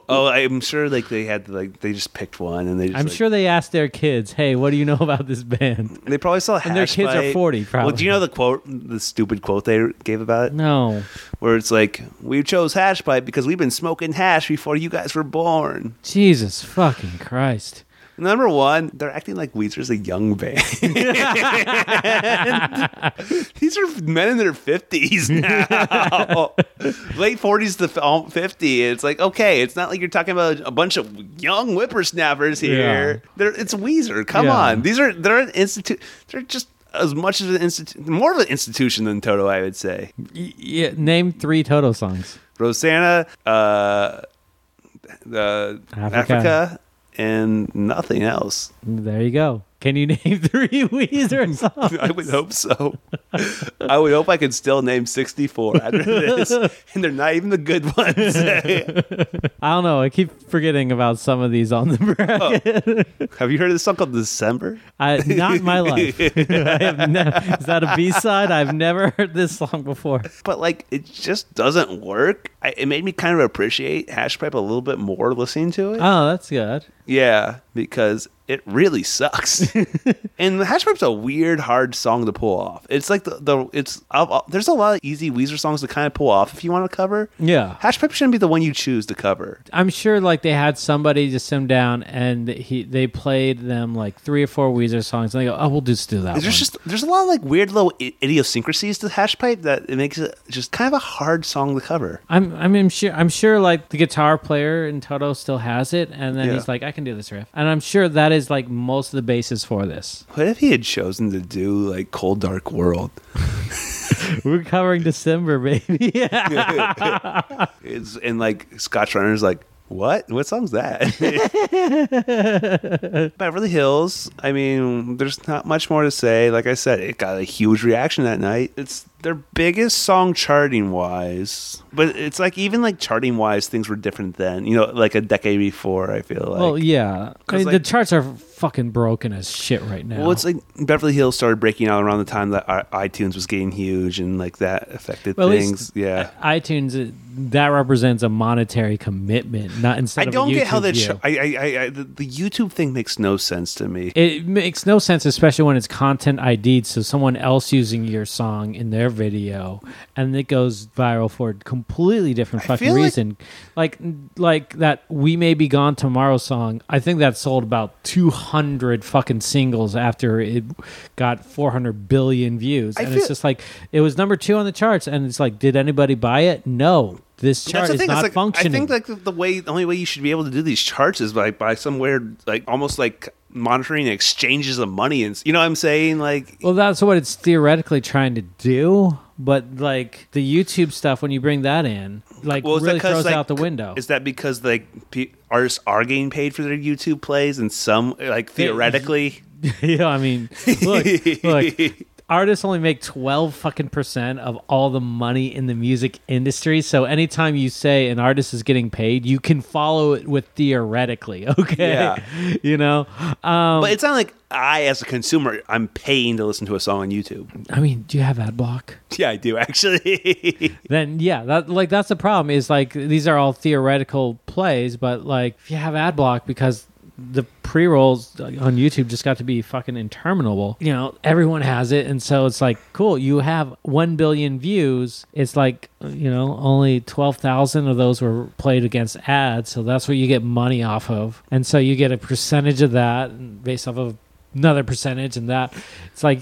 Speaker 2: Oh, I'm sure like they had to, like they just picked one and they just
Speaker 1: I'm
Speaker 2: like-
Speaker 1: sure they asked their kids, "Hey, what do you know about this
Speaker 2: (laughs)
Speaker 1: band?"
Speaker 2: they probably saw hash
Speaker 1: And their kids are
Speaker 2: Pipe.
Speaker 1: 40
Speaker 2: Well, do
Speaker 1: probably.
Speaker 2: you know the quote the stupid quote they gave about it?
Speaker 1: No,
Speaker 2: Where it's like we chose hash pipe because we've been smoking hash before you guys were born.
Speaker 1: Jesus fucking Christ!
Speaker 2: Number one, they're acting like Weezer's a young band. (laughs) These are men in
Speaker 1: (laughs)
Speaker 2: their fifties now, late forties to f- fifty. It's like okay, it's not like you're talking about a bunch of young whippersnappers here.
Speaker 1: Yeah.
Speaker 2: They're, it's Weezer. Come
Speaker 1: Yeah.
Speaker 2: on, these are they're an institute. They're just as much as an institute, more of an institution than Toto, I would say.
Speaker 1: Y- yeah, name three Toto songs.
Speaker 2: Rosanna, uh, the
Speaker 1: Africa.
Speaker 2: Africa and nothing else.
Speaker 1: There you go. Can you (laughs) name three Weezer songs?
Speaker 2: (laughs) I would hope so. I would hope I could still name 64 after (laughs) this, and they're not even the good ones. (laughs)
Speaker 1: I don't know. I keep forgetting about some of these on the bracket.
Speaker 2: Have you heard of this song called December?
Speaker 1: I, not in my life. (laughs) I have ne- is that a B side? I've never heard this song before.
Speaker 2: But like, it just doesn't work. I, it made me kind of appreciate hash pipe a little bit more listening to it.
Speaker 1: Oh, that's good.
Speaker 2: yeah, because it really (laughs) sucks. and hash pipe's a weird, hard song to pull off. It's like the, the it's I'll, I'll- there's a lot of easy Weezer songs to kind of pull off if you want to cover.
Speaker 1: Yeah.
Speaker 2: Hash pipe shouldn't be the one you choose to cover.
Speaker 1: I'm sure like they had somebody just sit him down and he they played them like three or four Weezer songs and they go, oh, we'll just do that. One.
Speaker 2: There's just there's a lot of like weird little i- idiosyncrasies to hash pipe that it makes it just kind of a hard song to cover.
Speaker 1: I'm I'm I'm sure I'm sure like the guitar player in Toto still has it, and then
Speaker 2: Yeah.
Speaker 1: he's like, I can do this riff, and I'm sure that is like most of the basis for this.
Speaker 2: What if he had chosen to do like Cold Dark World?
Speaker 1: (laughs) We're covering December, baby. (laughs) yeah.
Speaker 2: It's, and like Scotch Runner's like, what? What
Speaker 1: (laughs)
Speaker 2: song's that? Beverly Hills. I mean, there's not much more to say. Like I said, it got a huge reaction that night. It's their biggest song charting wise, but it's like even like charting wise, things were different then. You know, like a decade before. I feel like.
Speaker 1: well, yeah. I
Speaker 2: 'Cause,
Speaker 1: mean, the
Speaker 2: like-
Speaker 1: charts are fucking broken as shit right now.
Speaker 2: Well, it's like Beverly Hills started breaking out around the time that i- iTunes was getting huge, and like that affected
Speaker 1: Well, at least-
Speaker 2: things. Yeah,
Speaker 1: iTunes it- that represents a monetary commitment, not
Speaker 2: I
Speaker 1: instead of a
Speaker 2: don't get how
Speaker 1: YouTube
Speaker 2: that.
Speaker 1: view.
Speaker 2: Ch- I, I, I, I the, the YouTube thing makes no sense to me.
Speaker 1: it makes no sense, especially when it's content ID'd. So someone else using your song in their video, and it goes viral for a completely different
Speaker 2: I
Speaker 1: fucking
Speaker 2: feel like-
Speaker 1: reason. Like, like that "We May Be Gone Tomorrow" song. I think that sold about two hundred fucking singles after it got four hundred billion views,
Speaker 2: I
Speaker 1: and
Speaker 2: feel-
Speaker 1: it's just like it was number two on the charts. And it's like, did anybody buy it? No. This chart is not
Speaker 2: like,
Speaker 1: functioning.
Speaker 2: I think like the- the way, the only way you should be able to do these charts is by by some weird, like almost like monitoring exchanges of money, and s- you know what I'm saying? Like,
Speaker 1: Well, that's what it's theoretically trying to do, but like the YouTube stuff, when you bring that in, like
Speaker 2: well, is
Speaker 1: really
Speaker 2: that 'cause,
Speaker 1: throws
Speaker 2: like,
Speaker 1: out the window.
Speaker 2: Is that because like pe- artists are getting paid for their YouTube plays, and some like theoretically?
Speaker 1: (laughs) yeah, I mean, look,
Speaker 2: (laughs)
Speaker 1: look, artists only make twelve fucking percent of all the money in the music industry. So anytime you say an artist is getting paid, you can follow it with theoretically. (laughs) Okay,
Speaker 2: Yeah.
Speaker 1: you know. Um,
Speaker 2: But it's not like I, as a consumer, I'm paying to listen to a song on YouTube. (laughs)
Speaker 1: I mean, do you have ad block?
Speaker 2: Yeah, I do actually. (laughs)
Speaker 1: then yeah, that like that's the problem is like these are all theoretical plays, but like if you have ad block because the pre rolls on YouTube just got to be fucking interminable. You know, everyone has it, and so it's like cool. You have one billion views. It's like you know only twelve thousand of those were played against ads, so that's what you get money off of, and so you get a percentage of that and based off of another percentage, and that it's like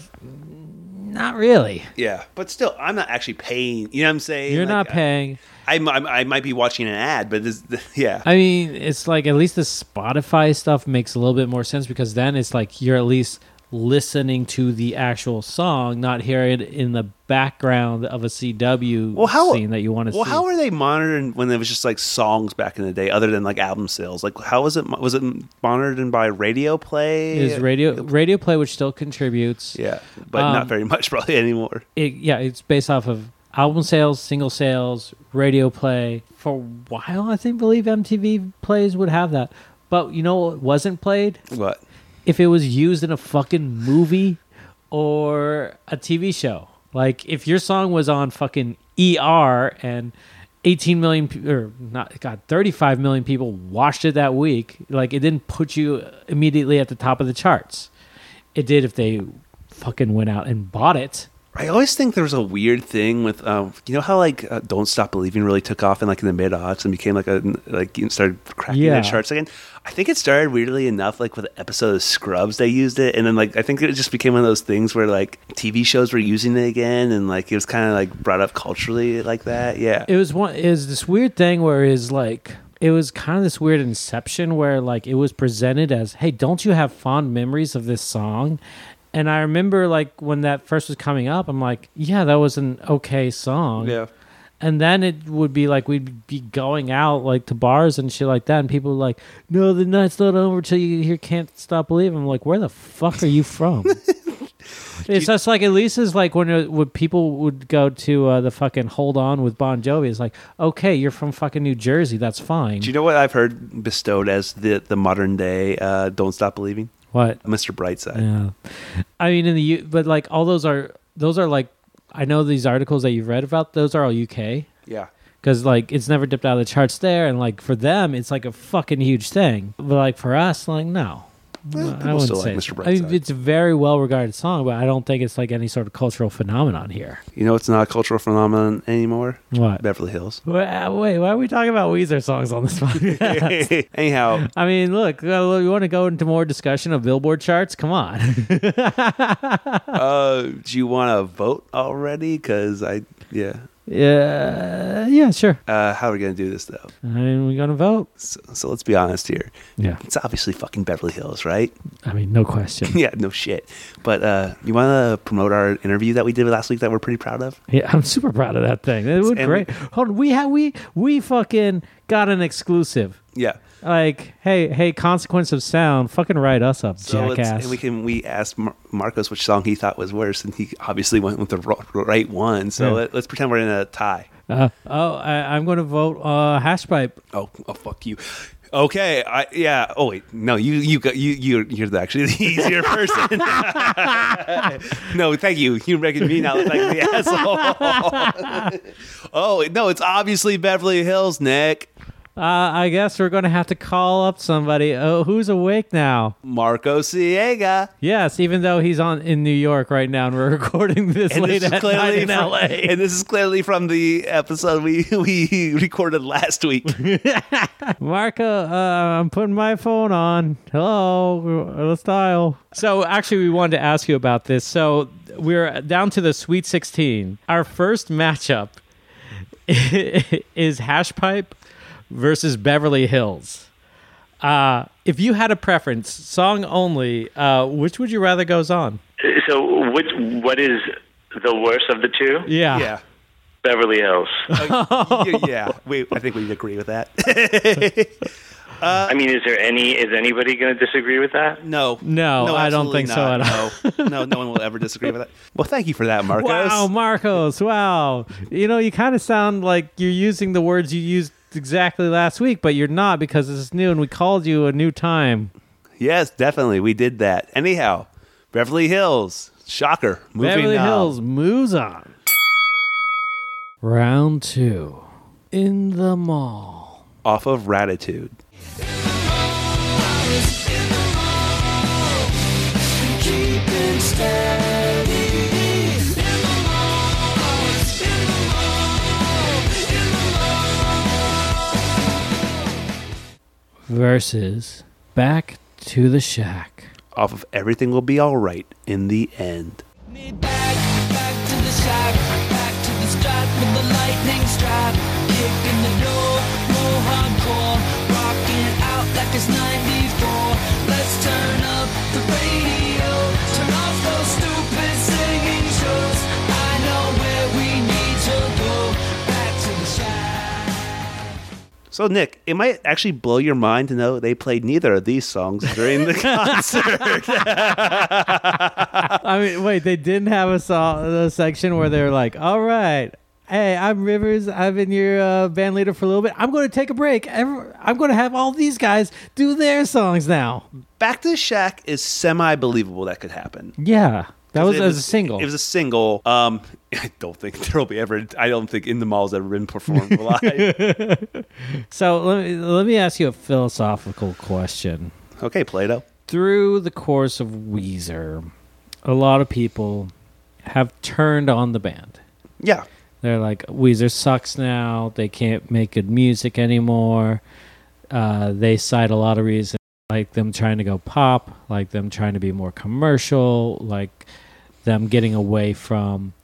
Speaker 1: not really.
Speaker 2: yeah, but still, I'm not actually paying. You know what I'm saying?
Speaker 1: You're not
Speaker 2: Like,
Speaker 1: paying.
Speaker 2: I, I'm- I'm- I might be watching an ad, but this, (laughs) yeah.
Speaker 1: I mean, it's like at least the Spotify stuff makes a little bit more sense because then it's like you're at least listening to the actual song, not hearing it in the background of a CW
Speaker 2: well, how
Speaker 1: scene that you want to
Speaker 2: Well,
Speaker 1: see.
Speaker 2: how are they monitoring when it was just like songs back in the day, other than like album sales? Like, how was it? Was it monitored by radio play?
Speaker 1: is radio radio play which still contributes?
Speaker 2: uh, Yeah, but
Speaker 1: Um,
Speaker 2: not very (laughs) much probably anymore.
Speaker 1: it, yeah, it's based off of album sales, single sales, radio play. For a while, I think believe MTV plays would have that, but you know what wasn't played?
Speaker 2: What?
Speaker 1: if it was used in a fucking movie or a TV show. Like if your song was on fucking ER and 18 million pe- or not god 35 million people watched it that week, like it didn't put you immediately at the top of the charts. It did if they fucking went out and bought it.
Speaker 2: I always think there's a weird thing with, um, you know how like uh, "Don't Stop Believing" really took off in like in the mid aughts and became like a like you started cracking
Speaker 1: Yeah.
Speaker 2: the charts again. I think it started weirdly enough like with an episode of Scrubs they used it, and then like I think it just became one of those things where like TV shows were using it again, and like it was kind of like brought up culturally like that. Yeah,
Speaker 1: It was one it was this weird thing where it's like it was kind of this weird inception where like it was presented as, "Hey, don't you have fond memories of this song?" And I remember like when that first was coming up, I'm like, "Yeah, that was an okay song."
Speaker 2: yeah.
Speaker 1: And then it would be like we'd be going out like to bars and shit like that, and people were like, "No, the night's not over till you hear can't stop believing." I'm like, "Where the fuck are you from?" it's just like at least it's like when, it- when people would go to uh, the fucking "Hold On" with Bon Jovi. It's like, okay, you're from fucking New Jersey, that's fine.
Speaker 2: Do you know what I've heard bestowed as the the modern day uh, "Don't Stop Believing"?
Speaker 1: what?
Speaker 2: Mr. Brightside.
Speaker 1: Yeah. I mean, in the U, but like all those are those are like I know these articles that you've read about. Those are all UK
Speaker 2: Yeah.
Speaker 1: because like it's never dipped out of the charts there, and like for them, it's like a fucking huge thing. But like for us, like no. No,
Speaker 2: Well, Eh, people still like
Speaker 1: it's-
Speaker 2: Mr.
Speaker 1: I mean,
Speaker 2: Brightside.
Speaker 1: it's a very well regarded song, but I don't think it's like any sort of cultural phenomenon here.
Speaker 2: You know, it's not a cultural phenomenon anymore.
Speaker 1: What?
Speaker 2: Beverly Hills.
Speaker 1: Wait, wait, why are we talking about Weezer songs on this (laughs) podcast?
Speaker 2: (laughs)
Speaker 1: (laughs)
Speaker 2: Anyhow,
Speaker 1: I mean, look, uh, you want to go into more discussion of Billboard charts? Come on. (laughs)
Speaker 2: uh, do you want to vote already? Because I, yeah.
Speaker 1: yeah, yeah, sure.
Speaker 2: Uh, how are we going to do this, though?
Speaker 1: I mean, we're gonna vote.
Speaker 2: So, so let's be honest here.
Speaker 1: Yeah,
Speaker 2: It's obviously fucking Beverly Hills, right? (laughs)
Speaker 1: I mean, no question.
Speaker 2: yeah, no shit. But uh, you want to promote our interview that we did last week that we're pretty proud of?
Speaker 1: (laughs) Yeah, I'm super proud of that thing. It was
Speaker 2: And-
Speaker 1: great. Hold on, we had we we fucking got an exclusive.
Speaker 2: Yeah.
Speaker 1: Like, hey, hey, consequence of sound, fucking write us up,
Speaker 2: So let's-
Speaker 1: jackass.
Speaker 2: and we can we asked Mar- Marcos which song he thought was worse, and he obviously went with the ro- right one. So
Speaker 1: Yeah.
Speaker 2: let, let's pretend we're in a tie.
Speaker 1: uh, oh, I, I'm gonna vote uh, hash pipe.
Speaker 2: Oh, oh, fuck you. Okay, I yeah. Oh wait, no, you you got you you you're the, actually the (laughs) easier person. no, thank you. You're making me now look like the (laughs) asshole. oh no, it's obviously Beverly Hills, Nick
Speaker 1: Uh, I guess we're gonna have to call up somebody. Oh, who's awake now?
Speaker 2: Marco Siega.
Speaker 1: Yes, even though he's on in New York right now, and we're (laughs) recording this late at night in
Speaker 2: from,
Speaker 1: LA.
Speaker 2: and this is clearly from the episode we (laughs) we recorded
Speaker 1: (laughs)
Speaker 2: last week.
Speaker 1: Marco, uh, I'm putting my phone on. Hello, let's dial. So, actually, we wanted to ask you about this. So, we're down to the Sweet 16. Our first matchup (laughs) is Hashpipe versus Beverly Hills. Uh, if you had a preference, song only, uh, which would you rather goes on?
Speaker 3: So, which what is the worst of the two?
Speaker 1: Yeah.
Speaker 2: yeah.
Speaker 3: Beverly Hills.
Speaker 1: Oh.
Speaker 2: Uh, y- yeah, we, I think we agree with that. (laughs)
Speaker 3: I mean, is there any is anybody going to disagree with that?
Speaker 2: No,
Speaker 1: No, I don't
Speaker 2: absolutely
Speaker 1: think so
Speaker 2: not.
Speaker 1: at
Speaker 2: No, no, no one will ever disagree with that. Well, thank you for that, Marcos.
Speaker 1: Wow, Marcos. Wow. You know, you kind of sound like you're using the words you used exactly last week, but you're not because this is new and we called you a new time.
Speaker 2: Yes, definitely, we did that. Anyhow, Beverly Hills, shocker, moving
Speaker 1: Beverly
Speaker 2: on.
Speaker 1: Hills moves on. Round two in the mall.
Speaker 2: off of Ratitude.
Speaker 1: Versus back to the shack.
Speaker 2: Off of Everything Will Be All Right in the End.
Speaker 4: Me back, back to the shack, back to the strap with the lightning strap. Kicking the door, no hardcore, rocking out like it's 94. Let's turn up the radio, turn off those stupid singing shows. I know where we need to go, back to the shack.
Speaker 2: So, Nick, it might actually blow your mind to know they played neither of these songs
Speaker 1: (laughs)
Speaker 2: during the concert.
Speaker 1: I mean, wait, they didn't have a, song, a section where they're like, all right. Hey, I'm Rivers. I've been your uh, band leader for a little bit. I'm going to take a break. Every- I'm going to have all these guys do their songs now.
Speaker 2: Back to the Shack is semi believable that could happen.
Speaker 1: Yeah. That was
Speaker 2: It
Speaker 1: as a single.
Speaker 2: It was a single. Um, (laughs) I don't think there will be ever. I don't think in the mall's ever
Speaker 1: (laughs)
Speaker 2: been performed live.
Speaker 1: so let me, let me ask you a philosophical question.
Speaker 2: okay, Plato.
Speaker 1: Through the course of Weezer, a lot of people have turned on the band.
Speaker 2: Yeah,
Speaker 1: They're like, Weezer sucks now. They can't make good music anymore. Uh, they cite a lot of reasons, like them trying to go pop, like them trying to be more commercial, like them getting away from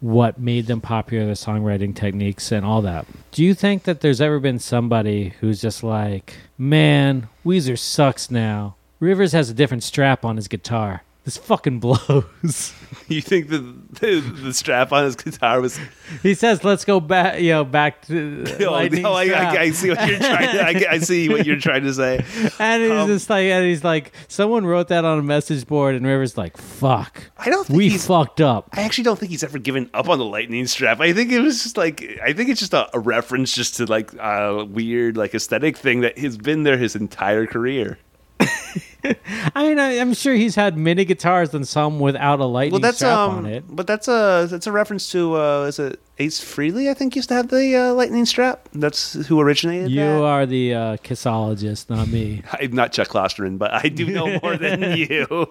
Speaker 1: what made them popular, the songwriting techniques, and all that. Do you think that there's ever been somebody who's just like, man, Weezer sucks now? Rivers has a different strap on his guitar. This fucking blows. (laughs)
Speaker 2: You think the the, the strap on his guitar was?
Speaker 1: he says, "Let's go back, you know, back to
Speaker 2: (laughs) Oh,
Speaker 1: lightning
Speaker 2: no, I,
Speaker 1: strap."
Speaker 2: I, I see what you're trying. To, I, get- I see what you're trying to say.
Speaker 1: and he's
Speaker 2: Um,
Speaker 1: just like, and he's like, someone wrote that on a message board, and River's like, "Fuck,
Speaker 2: I don't think
Speaker 1: we
Speaker 2: he's-
Speaker 1: fucked up."
Speaker 2: I actually don't think he's ever given up on the lightning strap. I think it was just like I think it's just a, a reference just to like a weird like aesthetic thing that has been there his entire career.
Speaker 1: I mean, I, I'm sure he's had many guitars and some without a lightning
Speaker 2: Well, that's
Speaker 1: strap
Speaker 2: um,
Speaker 1: on it.
Speaker 2: but that's a that's a reference to uh, is it Ace Freely? I think used to have the uh, lightning strap. That's who originated.
Speaker 1: You
Speaker 2: that.
Speaker 1: are the uh, kissologist, not me. (laughs)
Speaker 2: I'm not Chuck Klosterman, but I do know more than you.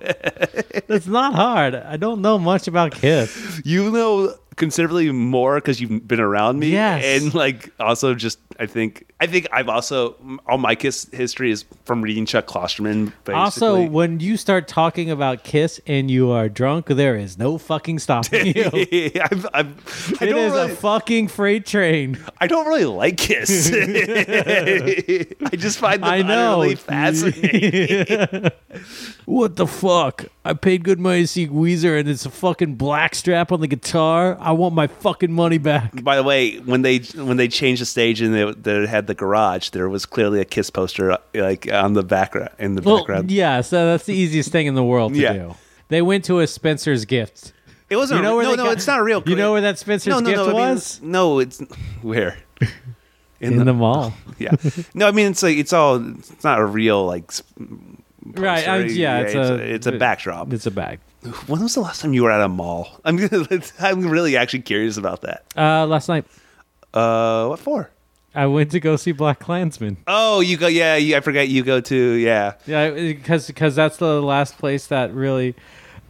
Speaker 1: That's not hard. I don't know much about Kiss.
Speaker 2: You know considerably more because you've been around me.
Speaker 1: Yes.
Speaker 2: and like also just I think I think I've also all my Kiss history is from reading Chuck Klosterman. Basically.
Speaker 1: Also, when you start talking about Kiss and you are drunk, there is no fucking
Speaker 2: (laughs)
Speaker 1: stopping you. It
Speaker 2: I've, I've, I
Speaker 1: is
Speaker 2: don't really,
Speaker 1: a fucking freight train.
Speaker 2: I don't really like Kiss. (laughs) I just find
Speaker 1: (laughs)
Speaker 2: them
Speaker 1: I know.
Speaker 2: utterly fascinating.
Speaker 1: (laughs) What the fuck? I paid good money to see Weezer and it's a fucking black strap on the guitar. I want my fucking money back.
Speaker 2: By the way, when they when they changed the stage and they, they had the garage, there was clearly a Kiss poster uh, like on the background in the
Speaker 1: Well,
Speaker 2: background.
Speaker 1: yeah, so that's the easiest thing in the world to
Speaker 2: Yeah.
Speaker 1: do. They went to a Spencer's gift.
Speaker 2: It wasn't.
Speaker 1: You know where
Speaker 2: no,
Speaker 1: they
Speaker 2: no,
Speaker 1: got-
Speaker 2: it's not real.
Speaker 1: You know where that Spencer's
Speaker 2: no, no,
Speaker 1: gift
Speaker 2: no, I mean,
Speaker 1: was?
Speaker 2: no, it's (laughs)
Speaker 1: (laughs)
Speaker 2: where
Speaker 1: In, the, (laughs) mall.
Speaker 2: yeah. No, I mean it's like it's all. It's not a real like. s-
Speaker 1: Right. I,
Speaker 2: poster.
Speaker 1: yeah, it's, a,
Speaker 2: it's a backdrop.
Speaker 1: It's a back.
Speaker 2: When was the last time you were at a mall? (laughs) I'm gonna, I'm really actually curious about that.
Speaker 1: Uh, last night,
Speaker 2: Uh, what for?
Speaker 1: I went to go see Black Klansman.
Speaker 2: Oh, you go. Yeah, you, I forgot you go to. Yeah,
Speaker 1: Yeah, because because that's the last place that really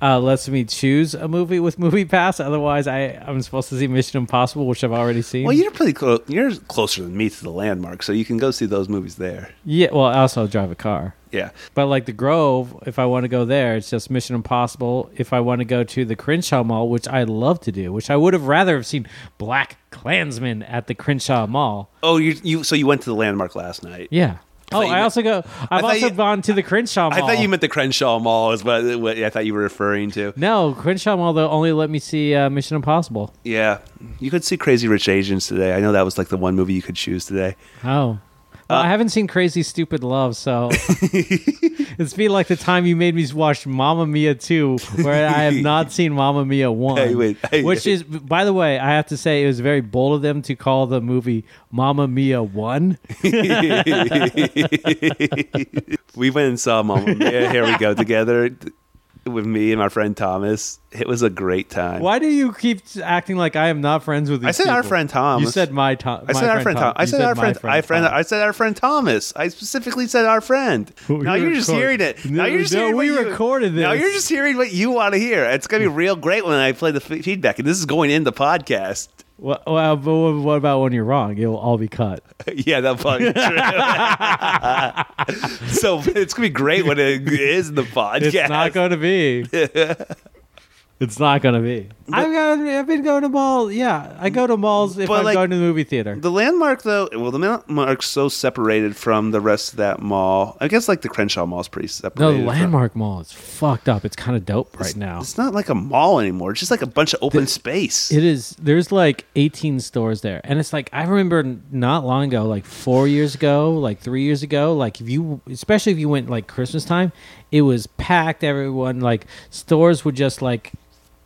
Speaker 1: uh, lets me choose a movie with Movie Pass. Otherwise, I I'm supposed to see Mission Impossible, which I've already seen.
Speaker 2: Well, you're pretty close. You're closer than me to the landmark, so you can go see those movies there.
Speaker 1: yeah. Well, I also drive a car.
Speaker 2: Yeah.
Speaker 1: But like the Grove, if I want to go there, it's just Mission Impossible. If I want to go to the Crenshaw Mall, which I love to do, which I would have rather have seen Black Klansman at the Crenshaw Mall.
Speaker 2: Oh, you you. So you went to the landmark last night.
Speaker 1: Yeah. Oh,
Speaker 2: thought you
Speaker 1: I
Speaker 2: meant-
Speaker 1: also go. I've
Speaker 2: thought
Speaker 1: also
Speaker 2: you-
Speaker 1: gone to the Crenshaw
Speaker 2: I
Speaker 1: Mall.
Speaker 2: thought you meant the Crenshaw Mall is what, what I thought you were referring to.
Speaker 1: No, Crenshaw Mall though only let me see uh, Mission Impossible.
Speaker 2: Yeah, you could see Crazy Rich Asians today. I know that was like the one movie you could choose today.
Speaker 1: Oh.
Speaker 2: Uh,
Speaker 1: Well, I haven't seen Crazy Stupid Love, so (laughs) it's be like the time you made me watch Mamma Mia 2, where I have
Speaker 2: (laughs)
Speaker 1: not seen Mamma Mia 1.
Speaker 2: Hey, wait, hey,
Speaker 1: which
Speaker 2: hey.
Speaker 1: is, by the way, I have to say it was very bold of them to call the movie Mamma Mia 1.
Speaker 2: We went and saw Mamma
Speaker 1: (laughs)
Speaker 2: Mia. Here we go together th- with me and my friend Thomas. It was a great time.
Speaker 1: Why do you keep acting like I am not friends with these
Speaker 2: I said our
Speaker 1: people?
Speaker 2: friend Thomas.
Speaker 1: You said my Tom.
Speaker 2: I said our friend Tom. I said our friend. I friend. I said our friend Thomas. I specifically said our friend.
Speaker 1: (laughs) We
Speaker 2: now you're just
Speaker 1: record-
Speaker 2: hearing it.
Speaker 1: No,
Speaker 2: Now you're just
Speaker 1: no,
Speaker 2: hearing
Speaker 1: we
Speaker 2: what you-
Speaker 1: recorded
Speaker 2: Now
Speaker 1: this.
Speaker 2: you're just hearing what you want to hear. It's gonna be real great when I play the f- feedback, and this is going in the podcast.
Speaker 1: Well, well, but what about when you're wrong? It'll all be cut.
Speaker 2: (laughs) yeah, that's probably true. (laughs) so it's gonna be great when it is in the podcast.
Speaker 1: It's not going to be. (laughs) it's not going to be. I've, got, I've been going to malls. Yeah, I go to malls if
Speaker 2: But,
Speaker 1: I'm
Speaker 2: like,
Speaker 1: going to the movie theater.
Speaker 2: The landmark, though, well, the landmark's so separated from the rest of that mall. I guess like the Crenshaw Mall's pretty
Speaker 1: No,
Speaker 2: separated.
Speaker 1: the
Speaker 2: from-
Speaker 1: landmark mall is fucked up. It's kind of dope right now.
Speaker 2: It's not like a mall anymore. It's just like a bunch of open space.
Speaker 1: It is. There's like 18 stores there, and it's like I remember n- not long ago, like four years ago, like three years ago, like if you, especially if you went like Christmas time, it was packed. Everyone like stores would just like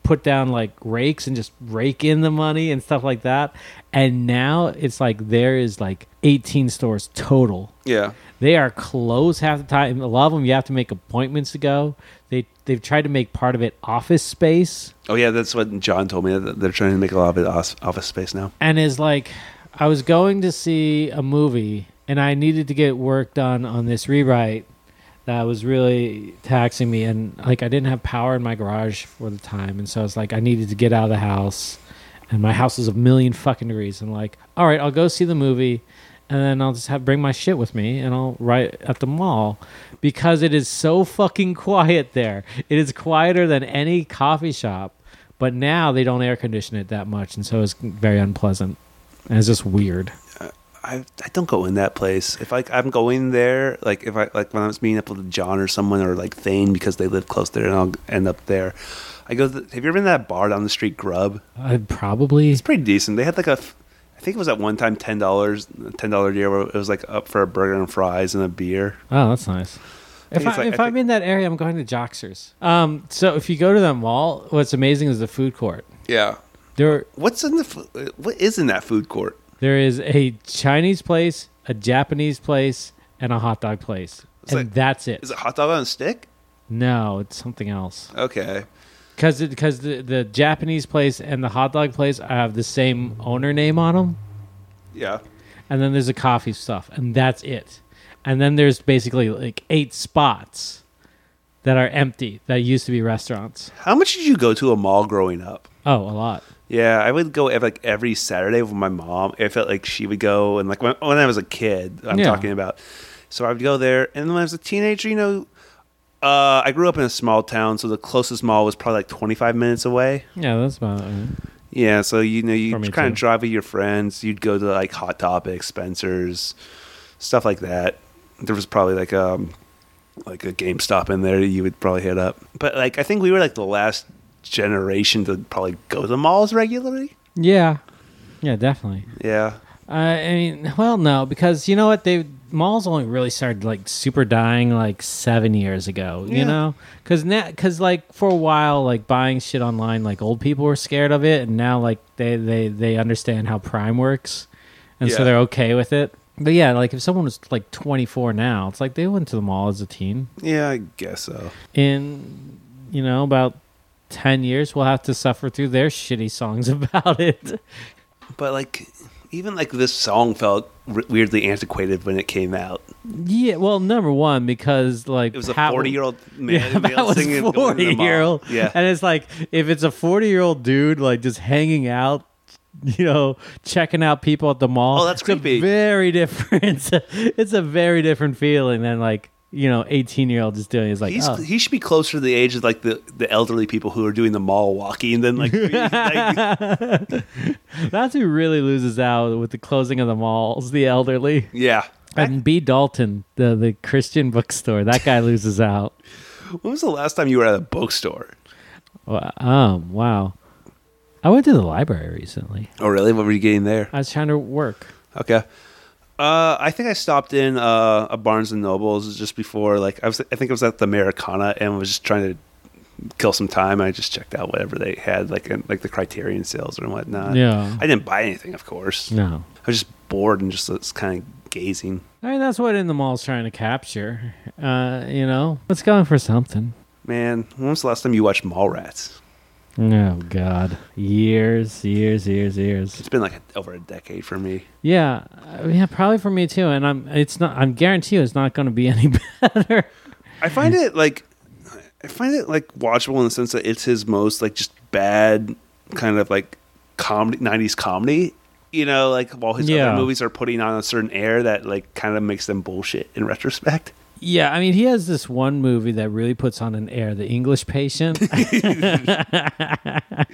Speaker 1: put down like rakes and just rake in the money and stuff like that. And now it's like there is like 18 stores total.
Speaker 2: yeah.
Speaker 1: They are closed half the time. A lot of them you have to make appointments to go. They they've tried to make part of it office space.
Speaker 2: Oh yeah, that's what John told me. That they're trying to make a lot of it os- office space now.
Speaker 1: and is like i was going to see a movie and i needed to get work done on this rewrite that was really taxing me and like i didn't have power in my garage for the time and so i was like i needed to get out of the house and my house is a million fucking degrees and like all right i'll go see the movie and then i'll just have bring my shit with me and i'll write at the mall because it is so fucking (laughs) quiet there it is quieter than any coffee shop but now they don't air condition it that much, and so it's very unpleasant. And it's just weird.
Speaker 2: I, I don't go in that place. If like I'm going there, like if I like when I was meeting up with John or someone or like Thane because they live close there, and I'll end up there. I go. To, have you ever been to that bar down the street, Grub?
Speaker 1: I probably
Speaker 2: It's pretty decent. They had like a, f- I think it was at one time ten dollars, ten dollar deal where it was like up for a burger and fries and a beer.
Speaker 1: Oh, that's nice. If,
Speaker 2: think
Speaker 1: I,
Speaker 2: it's like-
Speaker 1: if
Speaker 2: I
Speaker 1: I'm
Speaker 2: think-
Speaker 1: in that area, I'm going to Joxers. Um, so if you go to that mall, what's amazing is the food court.
Speaker 2: Yeah.
Speaker 1: There,
Speaker 2: What's in the fu- what is in that food court?
Speaker 1: there is a Chinese place, a Japanese place, and a hot dog place,
Speaker 2: It's
Speaker 1: and
Speaker 2: like-
Speaker 1: that's it.
Speaker 2: Is it hot dog on a stick?
Speaker 1: No, it's something else.
Speaker 2: Okay.
Speaker 1: Because because the the Japanese place and the hot dog place have the same owner name on them,
Speaker 2: Yeah.
Speaker 1: and then there's a coffee stuff, and that's it. And then there's basically like eight spots that are empty that used to be restaurants.
Speaker 2: How much did you go to a mall growing up?
Speaker 1: Oh, a lot.
Speaker 2: Yeah, I would go ev- like every Saturday with my mom. It felt like she would go, and like when, when I was a kid, I'm
Speaker 1: Yeah.
Speaker 2: talking about. So I would go there, and when I was a teenager, you know, uh, I grew up in a small town, so the closest mall was probably like 25 minutes away.
Speaker 1: Yeah, that's about it.
Speaker 2: Yeah, so you know, you
Speaker 1: For me
Speaker 2: kind
Speaker 1: too.
Speaker 2: of drive with your friends. You'd go to like Hot Topic, Spencer's, stuff like that. There was probably like um like a GameStop in there. You would probably hit up, but like I think we were like the last generation to probably go to the malls regularly.
Speaker 1: Yeah, yeah, definitely.
Speaker 2: Yeah.
Speaker 1: Uh, I mean, well, no, because you know what? They malls only really started like super dying like seven years ago. You
Speaker 2: Yeah.
Speaker 1: know, because now, because like for a while, like buying shit online, like old people were scared of it, and now like they they they understand how Prime works, and so
Speaker 2: Yeah.
Speaker 1: they're okay with it. But yeah, like if someone was like 24 now, it's like they went to the mall as a teen.
Speaker 2: Yeah, I guess so.
Speaker 1: in you know about 10 years we'll have to suffer through their shitty songs (laughs) about it
Speaker 2: But like, even like this song felt r- weirdly antiquated when it came out.
Speaker 1: yeah well number one because like
Speaker 2: It was a forty-year-old man
Speaker 1: (laughs) yeah, that was
Speaker 2: singing it going to the mall.
Speaker 1: year old
Speaker 2: Yeah,
Speaker 1: and it's like if it's a 40 year old dude like just hanging out you know checking out people at the mall
Speaker 2: Oh, that's
Speaker 1: it's a
Speaker 2: creepy.
Speaker 1: very different (laughs) it's a, it's a very different feeling than like you know 18 year old just doing it. it's like
Speaker 2: he's
Speaker 1: oh.
Speaker 2: he should be closer to the age of like the, the elderly people who are doing the mall walking
Speaker 1: (laughs)
Speaker 2: than like, me. Like,
Speaker 1: that's who really loses out with the closing of the malls the elderly
Speaker 2: yeah.
Speaker 1: And B. Dalton, the, the Christian bookstore, that
Speaker 2: (laughs)
Speaker 1: guy loses out.
Speaker 2: When was the last time you were at a bookstore?
Speaker 1: Wow. Um, wow. I went to the library recently.
Speaker 2: Oh, really? What were you getting there?
Speaker 1: I was trying to work.
Speaker 2: Okay. Uh, I think I stopped in uh, a Barnes and Nobles just before. Like I was, I think I was at the Americana and was just trying to kill some time. I just checked out whatever they had, like in, like the Criterion sales and whatnot.
Speaker 1: Yeah.
Speaker 2: I didn't buy anything, of course.
Speaker 1: No.
Speaker 2: I was just bored and just was kind of gazing.
Speaker 1: I mean, that's what In the Mall's trying to capture. Uh, you know, it's going for something.
Speaker 2: Man, when was the last time you watched Mallrats?
Speaker 1: Oh, God. Years, years, years, years.
Speaker 2: It's been like over a decade for me.
Speaker 1: Yeah. uh, Yeah, probably for me too. And I'm, it's not, I'm guarantee you it's not going to be (laughs) any better.
Speaker 2: I find it like I find it like watchable in the sense that it's his most like just bad kind of like comedy nineties comedy. You know, like while his
Speaker 1: Yeah.
Speaker 2: other movies are putting on a certain air that like kind of makes them bullshit in retrospect. (laughs)
Speaker 1: Yeah, I mean, he has this one movie that really puts on an air. The English Patient. (laughs)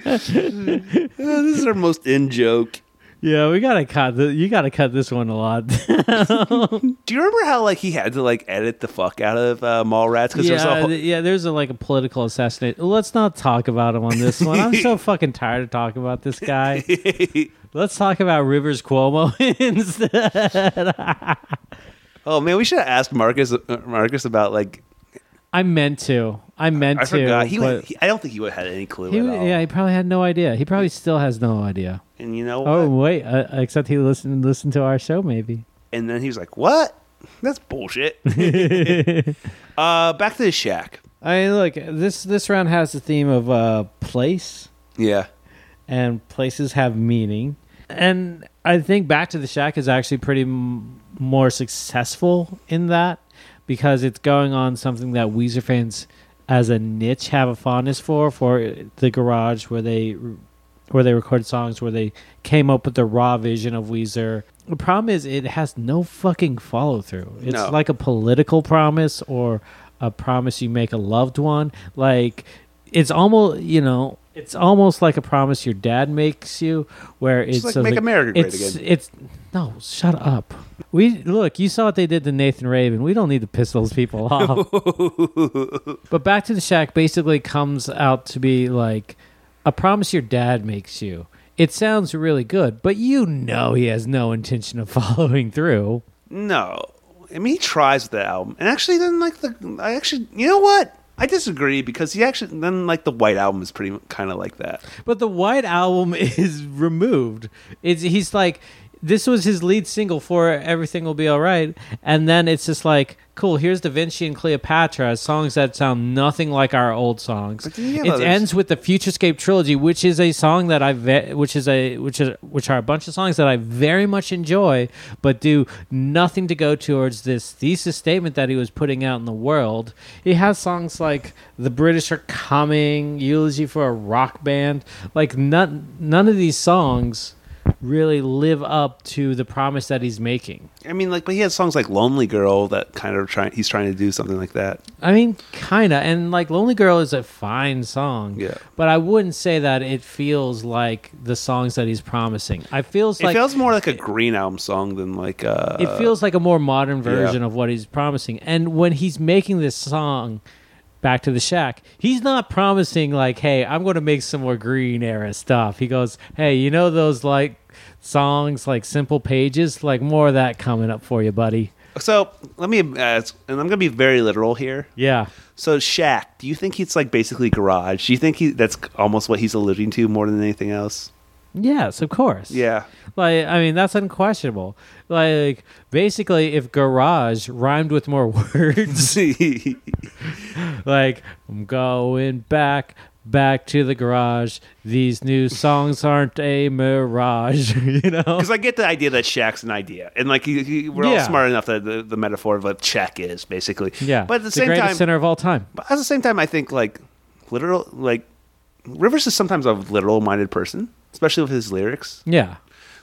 Speaker 2: Uh, this is our most in joke.
Speaker 1: yeah, we gotta cut. The, you gotta cut this one a lot. (laughs)
Speaker 2: Do you remember how like he had to like edit the fuck out of uh, Mallrats because there's
Speaker 1: yeah,
Speaker 2: all
Speaker 1: th- yeah. There's a, like a political assassination. Let's not talk about him on this one. I'm
Speaker 2: (laughs)
Speaker 1: so fucking tired of talking about this guy. Let's talk about Rivers Cuomo (laughs) instead.
Speaker 2: oh man, we should have asked Marcus uh, Marcus about like
Speaker 1: I meant to. I meant
Speaker 2: I
Speaker 1: to.
Speaker 2: forgot he,
Speaker 1: but
Speaker 2: would, he I don't think he would have had any clue
Speaker 1: he
Speaker 2: at
Speaker 1: w-
Speaker 2: all.
Speaker 1: yeah, he probably had no idea. He probably still has no idea.
Speaker 2: and you know
Speaker 1: Oh
Speaker 2: what?
Speaker 1: wait, uh, except he listened listened to our show maybe.
Speaker 2: And then he was like, "What? That's bullshit." uh, back to the shack.
Speaker 1: I mean, look, this this round has the theme of uh, place,
Speaker 2: Yeah,
Speaker 1: and places have meaning. And I think Back to the Shack is actually pretty m- more successful in that because it's going on something that Weezer fans, as a niche, have a fondness for for the garage where they where they recorded songs where they came up with the raw vision of Weezer. The problem is it has no fucking follow through. It's
Speaker 2: No.
Speaker 1: like a political promise or a promise you make a loved one. Like it's almost you know It's almost like a promise your dad makes you, where it's
Speaker 2: like
Speaker 1: something-
Speaker 2: Make America
Speaker 1: it's,
Speaker 2: Great Again.
Speaker 1: It's no, shut up. We look. You saw what they did to Nathan Raven. We don't need to piss those
Speaker 2: (laughs)
Speaker 1: people off. But Back to the Shack basically comes out to be like a promise your dad makes you. It sounds really good, but you know he has no intention of (laughs) following through.
Speaker 2: (laughs) No, I mean he tries with the album, and actually then like the I actually you know what I disagree because he actually then like the White album is pretty kind of like that.
Speaker 1: But the White Album (laughs) is removed. It's he's like this was his lead single for Everything Will Be Alright. And then it's just like, cool, here's Da Vinci and Cleopatra, songs that sound nothing like our old songs.
Speaker 2: But yeah,
Speaker 1: it
Speaker 2: there's-
Speaker 1: ends with the Futurescape trilogy, which is a song that I ve- which is a which is which are a bunch of songs that I very much enjoy, but do nothing to go towards this thesis statement that he was putting out in the world. He has songs like "The British Are Coming," "Eulogy for a Rock Band," like none none of these songs really live up to the promise that he's making.
Speaker 2: I mean like but he has songs like Lonely Girl that kind of trying he's trying to do something like that.
Speaker 1: I mean, kinda, and like "Lonely Girl" is a fine song.
Speaker 2: Yeah.
Speaker 1: but I wouldn't say that it feels like the songs that he's promising. I feels
Speaker 2: It
Speaker 1: like
Speaker 2: feels more like a Green album song than like uh
Speaker 1: it feels like a more modern version
Speaker 2: yeah.
Speaker 1: of what he's promising. And when he's making this song, "Back to the Shack," he's not promising like, "Hey, I'm going to make some more Green Era stuff." He goes, "Hey, you know those like songs like Simple Pages, like more of that coming up for you, buddy."
Speaker 2: so. Let me ask, and I'm gonna be very literal here.
Speaker 1: Yeah.
Speaker 2: So Shaq, do you think he's like basically garage? Do you think he that's almost what he's alluding to more than anything else?
Speaker 1: Yes, of course.
Speaker 2: (laughs) Yeah.
Speaker 1: Like, I mean, that's unquestionable. Like, basically, if garage rhymed with more (laughs) words, like, I'm going back, back to the garage. These new songs aren't a mirage, (laughs) you know?
Speaker 2: Because I get the idea that Shaq's an idea, and like he, he, we're all
Speaker 1: Yeah.
Speaker 2: smart enough that the, the metaphor of what Shaq is basically.
Speaker 1: Yeah.
Speaker 2: But at the
Speaker 1: the
Speaker 2: same
Speaker 1: greatest
Speaker 2: time,
Speaker 1: center of all time.
Speaker 2: but at the same time, I think like literal, like Rivers is sometimes a literal-minded person, especially with his lyrics.
Speaker 1: Yeah.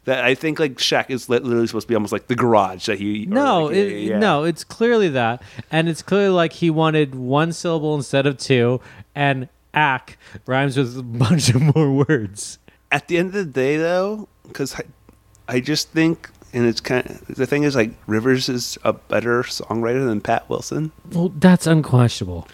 Speaker 2: That I think like Shaq is li- literally supposed to be almost like the garage that he. or,
Speaker 1: No,
Speaker 2: like,
Speaker 1: it,
Speaker 2: yeah.
Speaker 1: no, it's clearly that, and it's clearly like he wanted one syllable instead of two, and ack rhymes with a bunch of more words.
Speaker 2: At the end of the day, though, because I, I just think, and it's kind of the thing is like Rivers is a better songwriter than Pat Wilson,
Speaker 1: Well, that's unquestionable.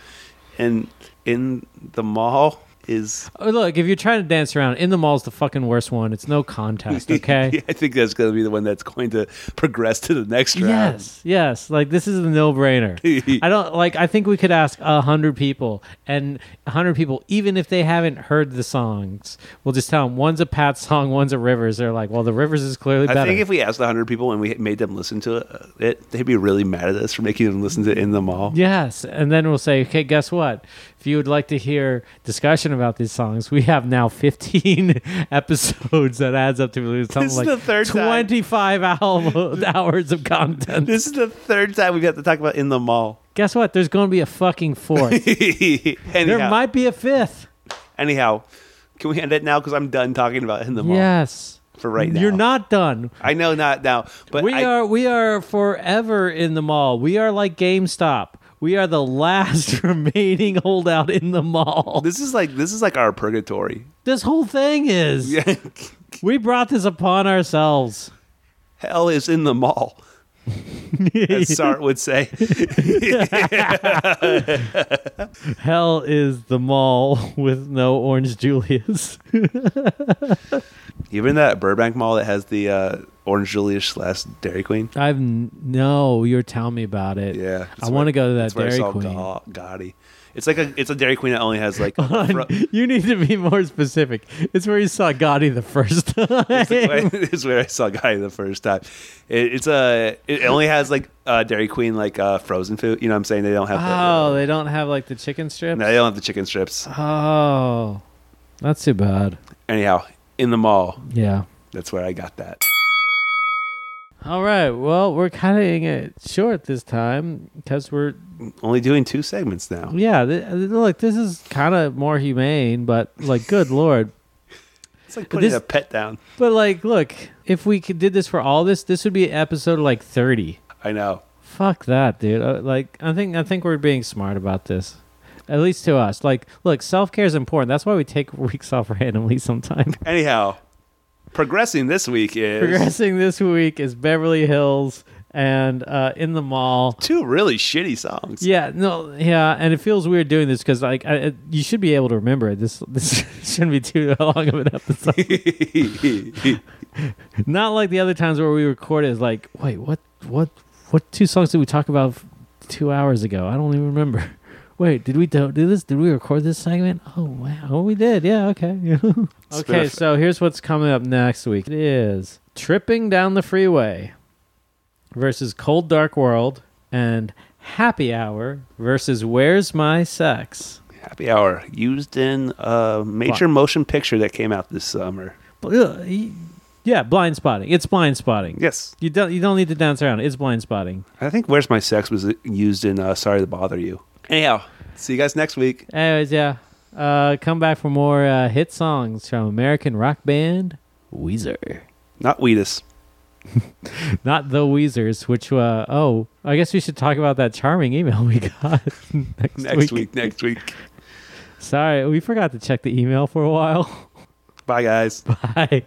Speaker 2: and in the mall is
Speaker 1: Oh, Look, if you're trying to dance around, in the mall's the fucking worst one. It's no
Speaker 2: (laughs)
Speaker 1: contest, okay?
Speaker 2: Yeah, I think that's going to be the one that's going to progress to the next round.
Speaker 1: Yes, yes. Like this is a no-brainer.
Speaker 2: (laughs)
Speaker 1: I don't like. I think we could ask a hundred people, and a hundred people, even if they haven't heard the songs, we'll just tell them one's a Pat song, (laughs) one's a Rivers. They're like, well, the Rivers is clearly
Speaker 2: I
Speaker 1: better.
Speaker 2: think if we asked 100 people and we made them listen to it, it, they'd be really mad at us for making them listen to In the Mall.
Speaker 1: yes, and then we'll say, okay, guess what? If you would like to hear discussion about these songs, we have now 15 (laughs) episodes that adds up to something
Speaker 2: is
Speaker 1: like
Speaker 2: the third time.
Speaker 1: 25
Speaker 2: (laughs)
Speaker 1: hour- hours of content.
Speaker 2: This is the third time we've got to talk about In the Mall. (laughs)
Speaker 1: Guess what? There's going to be a fucking fourth. there
Speaker 2: anyhow,
Speaker 1: might be a fifth.
Speaker 2: anyhow, can we end it now? Because I'm done talking about In the Mall
Speaker 1: Yes.
Speaker 2: for right now.
Speaker 1: You're not done.
Speaker 2: I know not now, but
Speaker 1: we
Speaker 2: I-
Speaker 1: are we are forever in the mall. We are like GameStop. We are the (laughs) last remaining holdout in the mall. This,
Speaker 2: This is like this is like our purgatory. (laughs)
Speaker 1: whole thing is
Speaker 2: Yeah.
Speaker 1: we brought this upon ourselves.
Speaker 2: Hell is in the mall,
Speaker 1: (laughs)
Speaker 2: as Sart would say.
Speaker 1: Hell is the mall (laughs) with no orange Julius. (laughs)
Speaker 2: Even that Burbank Mall that has the uh, Orange Julius slash Dairy Queen.
Speaker 1: I've n- no, you're telling me about it.
Speaker 2: Yeah,
Speaker 1: I want to go to that Dairy Queen.
Speaker 2: Gotti. It's like a it's a Dairy Queen that only has like
Speaker 1: (laughs)
Speaker 2: a
Speaker 1: Hold
Speaker 2: fro-
Speaker 1: on. you need to be more specific. It's where you saw Gotti the first (laughs)
Speaker 2: (laughs)
Speaker 1: time.
Speaker 2: this is where I saw Gotti the first time. It, it's a it only has like uh, Dairy Queen like uh, frozen food. You know what I'm saying? They don't have
Speaker 1: (laughs) oh,
Speaker 2: the,
Speaker 1: they don't have like the chicken strips.
Speaker 2: no, they don't have the chicken strips.
Speaker 1: Oh, that's too bad.
Speaker 2: Anyhow, in the mall.
Speaker 1: Yeah.
Speaker 2: That's where I got that.
Speaker 1: All right. Well, we're cutting it short this time because we're
Speaker 2: Only doing two segments now.
Speaker 1: yeah. Th- th- look, this is kind of more humane, but like, good (laughs) lord.
Speaker 2: It's like putting
Speaker 1: this-
Speaker 2: a pet down.
Speaker 1: But like, look, if we could, did this for all this, this would be episode like thirty.
Speaker 2: I know.
Speaker 1: Fuck that, dude. Uh, Like, I think I think we're being smart about this. at least to us. Like, look, self care is important. That's why we take (laughs) weeks off randomly sometimes.
Speaker 2: Anyhow, progressing this week is
Speaker 1: Progressing this week is Beverly Hills and uh, In the Mall.
Speaker 2: two really shitty songs.
Speaker 1: Yeah, no, yeah, and it feels weird doing this because like I, I- you should be able to remember it. This (laughs) this shouldn't be too (laughs) long of an episode. Not like the other times where we recorded. It's like, wait, what, what, what two songs did we talk about f- two hours ago? I don't even remember. (laughs) Wait, did we do, do this? Did we record this segment? Oh wow, oh, we did. Yeah, okay. (laughs) okay,
Speaker 2: Spiff.
Speaker 1: so here's what's coming up next week. It is tripping down the freeway versus Cold Dark World and Happy Hour versus Where's My Sex.
Speaker 2: (laughs) Happy Hour used in a major motion picture that came out this summer.
Speaker 1: Bl- ugh, y- Yeah, blind spotting. It's blind spotting.
Speaker 2: Yes,
Speaker 1: You don't you don't need to dance around. It's blind spotting.
Speaker 2: I think "Where's My Sex" was used in uh, "Sorry to Bother You." Anyhow, see you guys next week.
Speaker 1: Anyways, yeah. Uh, come back for more uh, hit songs from American rock band Weezer. (laughs)
Speaker 2: Not Wheatus.
Speaker 1: Not the Weezers, which uh oh, I guess we should talk about that charming email (laughs) we got next,
Speaker 2: Next week. Next week.
Speaker 1: Sorry, we forgot to check the email for a while. (laughs)
Speaker 2: Bye, guys.
Speaker 1: Bye.